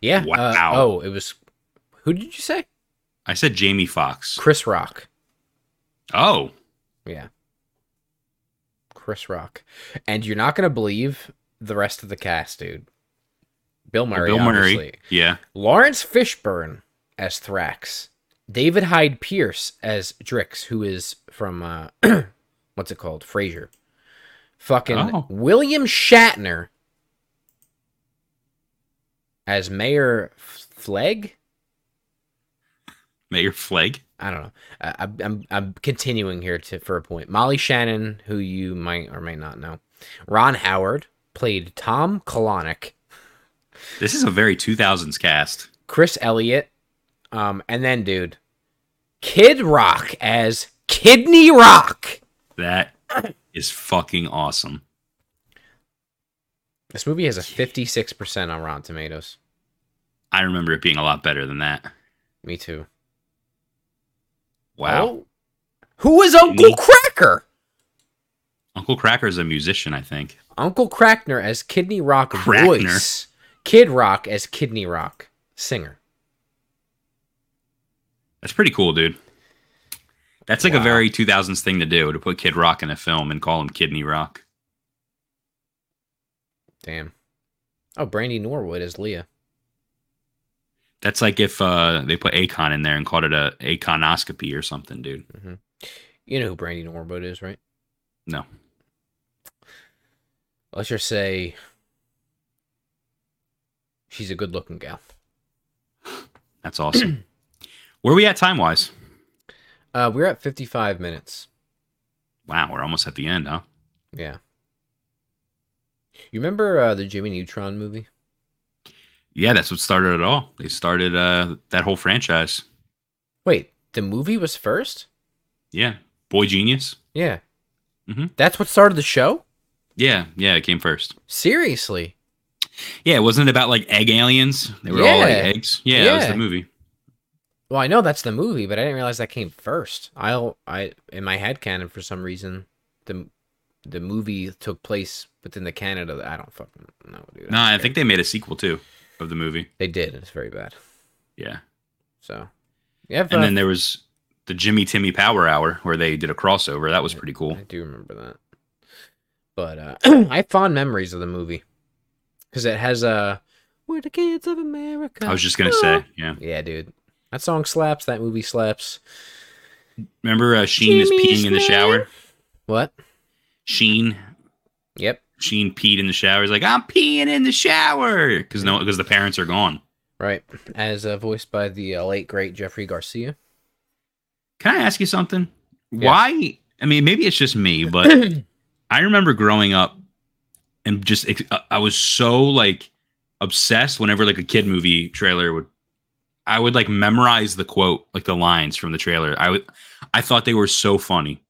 [SPEAKER 3] Yeah. uh,
[SPEAKER 1] Wow.
[SPEAKER 3] oh, it was Who did you say?
[SPEAKER 1] I said Jamie Foxx.
[SPEAKER 3] Chris Rock.
[SPEAKER 1] Oh,
[SPEAKER 3] Yeah. Chris Rock. And you're not going to believe the rest of the cast, dude. Bill Murray,
[SPEAKER 1] Bill Murray.
[SPEAKER 3] obviously.
[SPEAKER 1] Yeah.
[SPEAKER 3] Lawrence Fishburne as Thrax. David Hyde Pierce as Drix, who is from uh what's it called? Frasier. Fucking
[SPEAKER 1] Oh.
[SPEAKER 3] William Shatner as Mayor F- Flegg.
[SPEAKER 1] Mayor Flegg.
[SPEAKER 3] I don't know. Uh, I, I'm I'm continuing here to for a point. Molly Shannon, who you might or might not know, Ron Howard played Tom Kalanick.
[SPEAKER 1] This is a very 2000s cast.
[SPEAKER 3] Chris Elliott, um, and then dude, Kid Rock as Kidney Rock.
[SPEAKER 1] That is fucking awesome.
[SPEAKER 3] This movie has a 56% on Rotten Tomatoes.
[SPEAKER 1] I remember it being a lot better than that.
[SPEAKER 3] Me too.
[SPEAKER 1] Wow.
[SPEAKER 3] Oh. Who is Uncle
[SPEAKER 1] Neat.
[SPEAKER 3] Cracker?
[SPEAKER 1] Uncle Cracker's a musician, I think.
[SPEAKER 3] Uncle Crackner as Kidney Rock
[SPEAKER 1] Crackner.
[SPEAKER 3] voice. Kid Rock as Kidney Rock singer.
[SPEAKER 1] That's pretty cool, dude. That's like a
[SPEAKER 3] Wow.
[SPEAKER 1] very 2000s thing to do to put Kid Rock in a film and call him Kidney Rock.
[SPEAKER 3] Damn. Oh, Brandy Norwood as Leah.
[SPEAKER 1] That's like if uh, they put Akon in there and called it a Aconoscopy or something, dude.
[SPEAKER 3] You know who Brandy Norwood is, right?
[SPEAKER 1] No.
[SPEAKER 3] Let's just say she's a good looking gal.
[SPEAKER 1] That's awesome. Where are we at time wise?
[SPEAKER 3] Uh, we're at 55 minutes.
[SPEAKER 1] Wow, we're almost at the end, huh?
[SPEAKER 3] Yeah. You remember uh, the Jimmy Neutron movie?
[SPEAKER 1] Yeah, that's what started it all. They started uh, that whole franchise.
[SPEAKER 3] Wait, the movie was first?
[SPEAKER 1] Yeah. Boy Genius.
[SPEAKER 3] Yeah.
[SPEAKER 1] Mhm.
[SPEAKER 3] That's what started the show?
[SPEAKER 1] Yeah, yeah, it came first.
[SPEAKER 3] Seriously.
[SPEAKER 1] Yeah, it wasn't about like egg aliens. They were all like
[SPEAKER 3] Yeah.
[SPEAKER 1] eggs. Yeah, that was
[SPEAKER 3] Yeah.
[SPEAKER 1] the movie.
[SPEAKER 3] Well, I know that's the movie, but I didn't realize that came first. I'll I in my head canon for some reason the the movie took place within the Canada. that- I don't fucking know, dude.
[SPEAKER 1] No, I think they made a sequel too of the movie.
[SPEAKER 3] they did. It's very bad.
[SPEAKER 1] Yeah.
[SPEAKER 3] So yeah,
[SPEAKER 1] And then there was the Jimmy Timmy Power Hour where they did a crossover. That was pretty cool.
[SPEAKER 3] I do remember that. But uh, I have fond memories of the movie because it has uh, "We're the Kids of America." Ah.
[SPEAKER 1] I was just gonna say, yeah.
[SPEAKER 3] yeah, dude, that song slaps. That movie slaps.
[SPEAKER 1] Remember uh, Sheen is
[SPEAKER 3] Jimmy
[SPEAKER 1] peeing in the shower?
[SPEAKER 3] What?
[SPEAKER 1] Sheen
[SPEAKER 3] Yep,
[SPEAKER 1] Sheen peed in the shower. He's like, I'm peeing in the shower because no, because the parents are gone.
[SPEAKER 3] right. As uh, voiced by the uh, late great Jeffrey Garcia.
[SPEAKER 1] Can I ask you something?
[SPEAKER 3] Yeah.
[SPEAKER 1] Why? I mean, maybe it's just me, but I remember growing up and just ex- uh, I- I was so like obsessed whenever like a kid movie trailer would I would like memorize the quote, like the lines from the trailer. I would I thought they were so funny.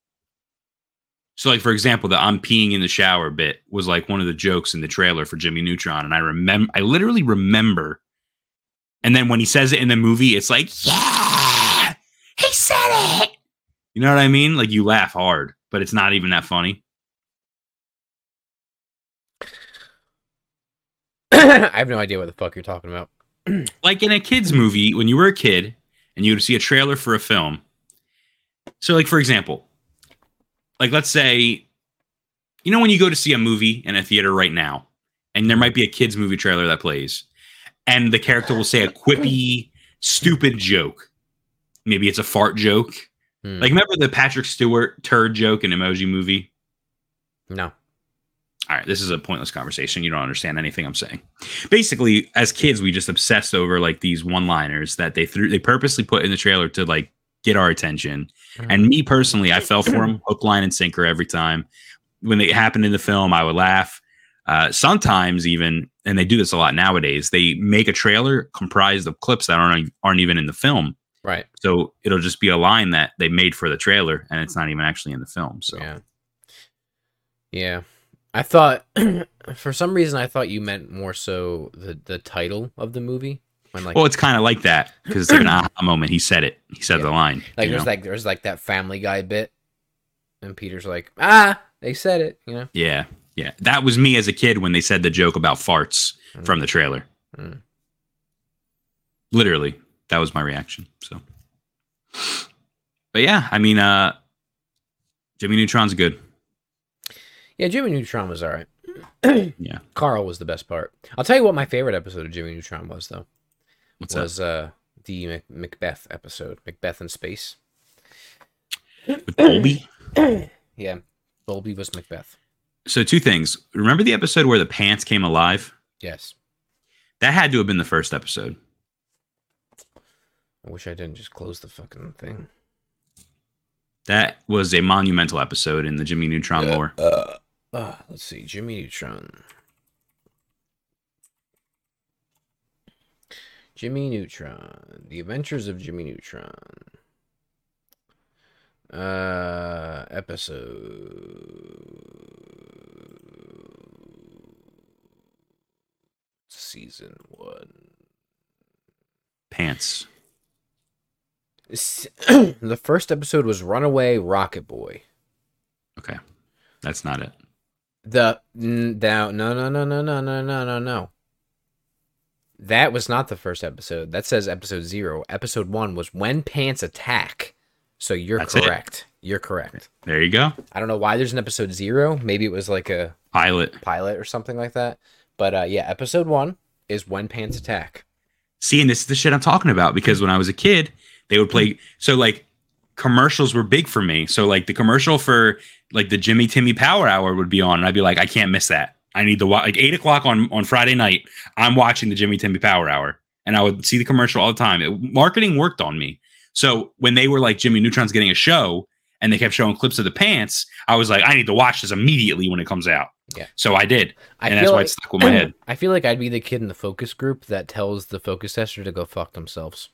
[SPEAKER 1] So like for example, the I'm peeing in the shower bit was like one of the jokes in the trailer for Jimmy Neutron and I remember I literally remember and then when he says it in the movie, it's like, yeah, he said it. You know what I mean? Like you laugh hard, but it's not even that funny.
[SPEAKER 3] I have no idea what the fuck you're talking about.
[SPEAKER 1] Like in a kid's movie, when you were a kid and you would see a trailer for a film. So, like, for example, like let's say, you know, when you go to see a movie in a theater right now, and there might be a kid's movie trailer that plays, and the character will say a quippy, stupid joke. Maybe it's a fart joke.
[SPEAKER 3] Hmm.
[SPEAKER 1] Like, remember the Patrick Stewart turd joke in Emoji Movie?
[SPEAKER 3] No.
[SPEAKER 1] all right, this is a pointless conversation. You don't understand anything I'm saying. Basically, as kids, we just obsessed over like these one-liners that they threw, they purposely put in the trailer to like get our attention. And me personally, I fell for them hook, line, and sinker every time. When they happened in the film, I would laugh. Uh, sometimes even, and they do this a lot nowadays, they make a trailer comprised of clips that aren't aren't even in the film.
[SPEAKER 3] Right.
[SPEAKER 1] So it'll just be a line that they made for the trailer, and it's not even actually in the film. So
[SPEAKER 3] Yeah. Yeah. I thought for some reason I thought you meant more so the the title of the movie when like
[SPEAKER 1] well, it's kind of like that because it's like an aha moment. He said it. He said
[SPEAKER 3] Yeah.
[SPEAKER 1] the line.
[SPEAKER 3] like
[SPEAKER 1] you
[SPEAKER 3] there's
[SPEAKER 1] know?
[SPEAKER 3] like there's like that Family Guy bit, and Peter's like ah they said it you know
[SPEAKER 1] yeah, yeah. That was me as a kid when they said the joke about farts from the trailer.
[SPEAKER 3] Mm.
[SPEAKER 1] Literally, that was my reaction. So, but yeah, I mean, uh Jimmy Neutron's good.
[SPEAKER 3] yeah Jimmy Neutron was all right
[SPEAKER 1] Yeah.
[SPEAKER 3] Carl was the best part I'll tell you what my favorite episode of Jimmy Neutron was though
[SPEAKER 1] What's
[SPEAKER 3] was uh the Mac- Macbeth episode Macbeth in space
[SPEAKER 1] up with Dolby?
[SPEAKER 3] yeah Bulby was Macbeth
[SPEAKER 1] So two things. Remember the episode where the pants came alive?
[SPEAKER 3] yes
[SPEAKER 1] That had to have been the first episode.
[SPEAKER 3] I wish I didn't just close the fucking thing
[SPEAKER 1] That was a monumental episode in the Jimmy Neutron lore.
[SPEAKER 3] Uh, let's see, Jimmy Neutron. Jimmy Neutron, The Adventures of Jimmy Neutron. Uh, episode. Season one.
[SPEAKER 1] Pants.
[SPEAKER 3] S- the first episode was Runaway Rocket Boy.
[SPEAKER 1] Okay, that's not it.
[SPEAKER 3] The n- now no no no no no no no no no. That was not the first episode. That says episode zero. Episode one was when pants attack. So you're
[SPEAKER 1] That's it.
[SPEAKER 3] correct. You're correct.
[SPEAKER 1] There you go.
[SPEAKER 3] I don't know why there's an episode zero. Maybe it was like a
[SPEAKER 1] Pilot.
[SPEAKER 3] pilot or something like that. But uh, yeah, episode one is when pants attack.
[SPEAKER 1] See, and this is the shit I'm talking about because when I was a kid, they would play. So like commercials were big for me. So like the commercial for like the Jimmy Timmy Power Hour would be on, and I'd be like, I can't miss that. I need to watch like eight o'clock on on Friday night. I'm watching the Jimmy Timmy Power Hour, and I would see the commercial all the time. It, marketing worked on me. So when they were like Jimmy Neutron's getting a show, and they kept showing clips of the pants, I was like, I need to watch this immediately when it comes out.
[SPEAKER 3] Yeah.
[SPEAKER 1] So I did,
[SPEAKER 3] I
[SPEAKER 1] and that's
[SPEAKER 3] feel
[SPEAKER 1] why
[SPEAKER 3] like,
[SPEAKER 1] it stuck with my head.
[SPEAKER 3] I feel like I'd be the kid in the focus group that tells the focus tester to go fuck themselves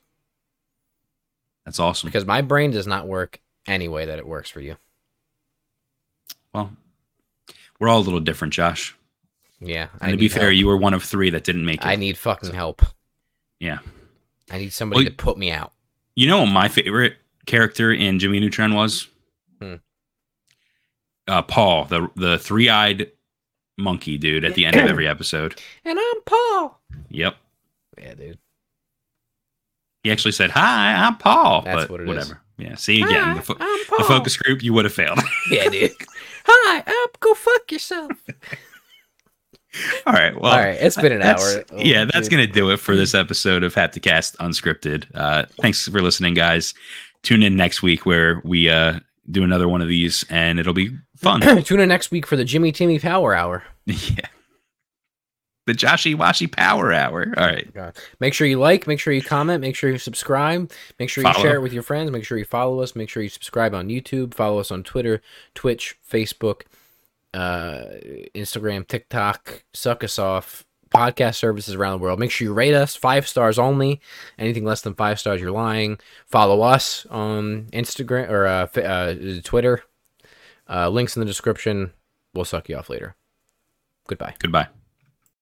[SPEAKER 1] That's awesome.
[SPEAKER 3] because my brain does not work any way that it works for you.
[SPEAKER 1] Well, we're all a little different, Josh.
[SPEAKER 3] Yeah,
[SPEAKER 1] And to be
[SPEAKER 3] need
[SPEAKER 1] fair,
[SPEAKER 3] help.
[SPEAKER 1] you were one of three that didn't make it.
[SPEAKER 3] I need fucking help.
[SPEAKER 1] yeah.
[SPEAKER 3] I need somebody
[SPEAKER 1] Well,
[SPEAKER 3] to put me out.
[SPEAKER 1] You know what my favorite character in Jimmy Neutron was?
[SPEAKER 3] Hmm.
[SPEAKER 1] Uh, Paul, the the three eyed monkey dude at the end of every episode.
[SPEAKER 3] And I'm Paul.
[SPEAKER 1] Yep.
[SPEAKER 3] Yeah, dude.
[SPEAKER 1] He actually said, Hi, I'm Paul.
[SPEAKER 3] That's
[SPEAKER 1] but
[SPEAKER 3] what it is.
[SPEAKER 1] whatever. Yeah. See again, the, fo-
[SPEAKER 3] I'm
[SPEAKER 1] the focus group, you would have failed.
[SPEAKER 3] Yeah, dude. Hi, up. Go fuck yourself.
[SPEAKER 1] All right. Well,
[SPEAKER 3] All right, it's been an
[SPEAKER 1] That's-
[SPEAKER 3] hour. Oh,
[SPEAKER 1] yeah, that's
[SPEAKER 3] dude.
[SPEAKER 1] going to do it for this episode of Hapticast Unscripted. Uh, thanks for listening, guys. Tune in next week where we uh, do another one of these, and it'll be fun.
[SPEAKER 3] Tune in next week for the Jimmy Timmy Power Hour.
[SPEAKER 1] yeah. The Joshy Washi Power Hour. All right.
[SPEAKER 3] God. Make sure you like, make sure you comment, make sure you subscribe, make sure you
[SPEAKER 1] Follow.
[SPEAKER 3] share it with your friends, make sure you follow us, make sure you subscribe on YouTube, follow us on Twitter, Twitch, Facebook, uh, Instagram, TikTok, suck us off, podcast services around the world. Make sure you rate us five stars only. Anything less than five stars, you're lying. Follow us on Instagram or uh, fa- uh, Twitter. Uh, links in the description. We'll suck you off later. Goodbye.
[SPEAKER 1] Goodbye.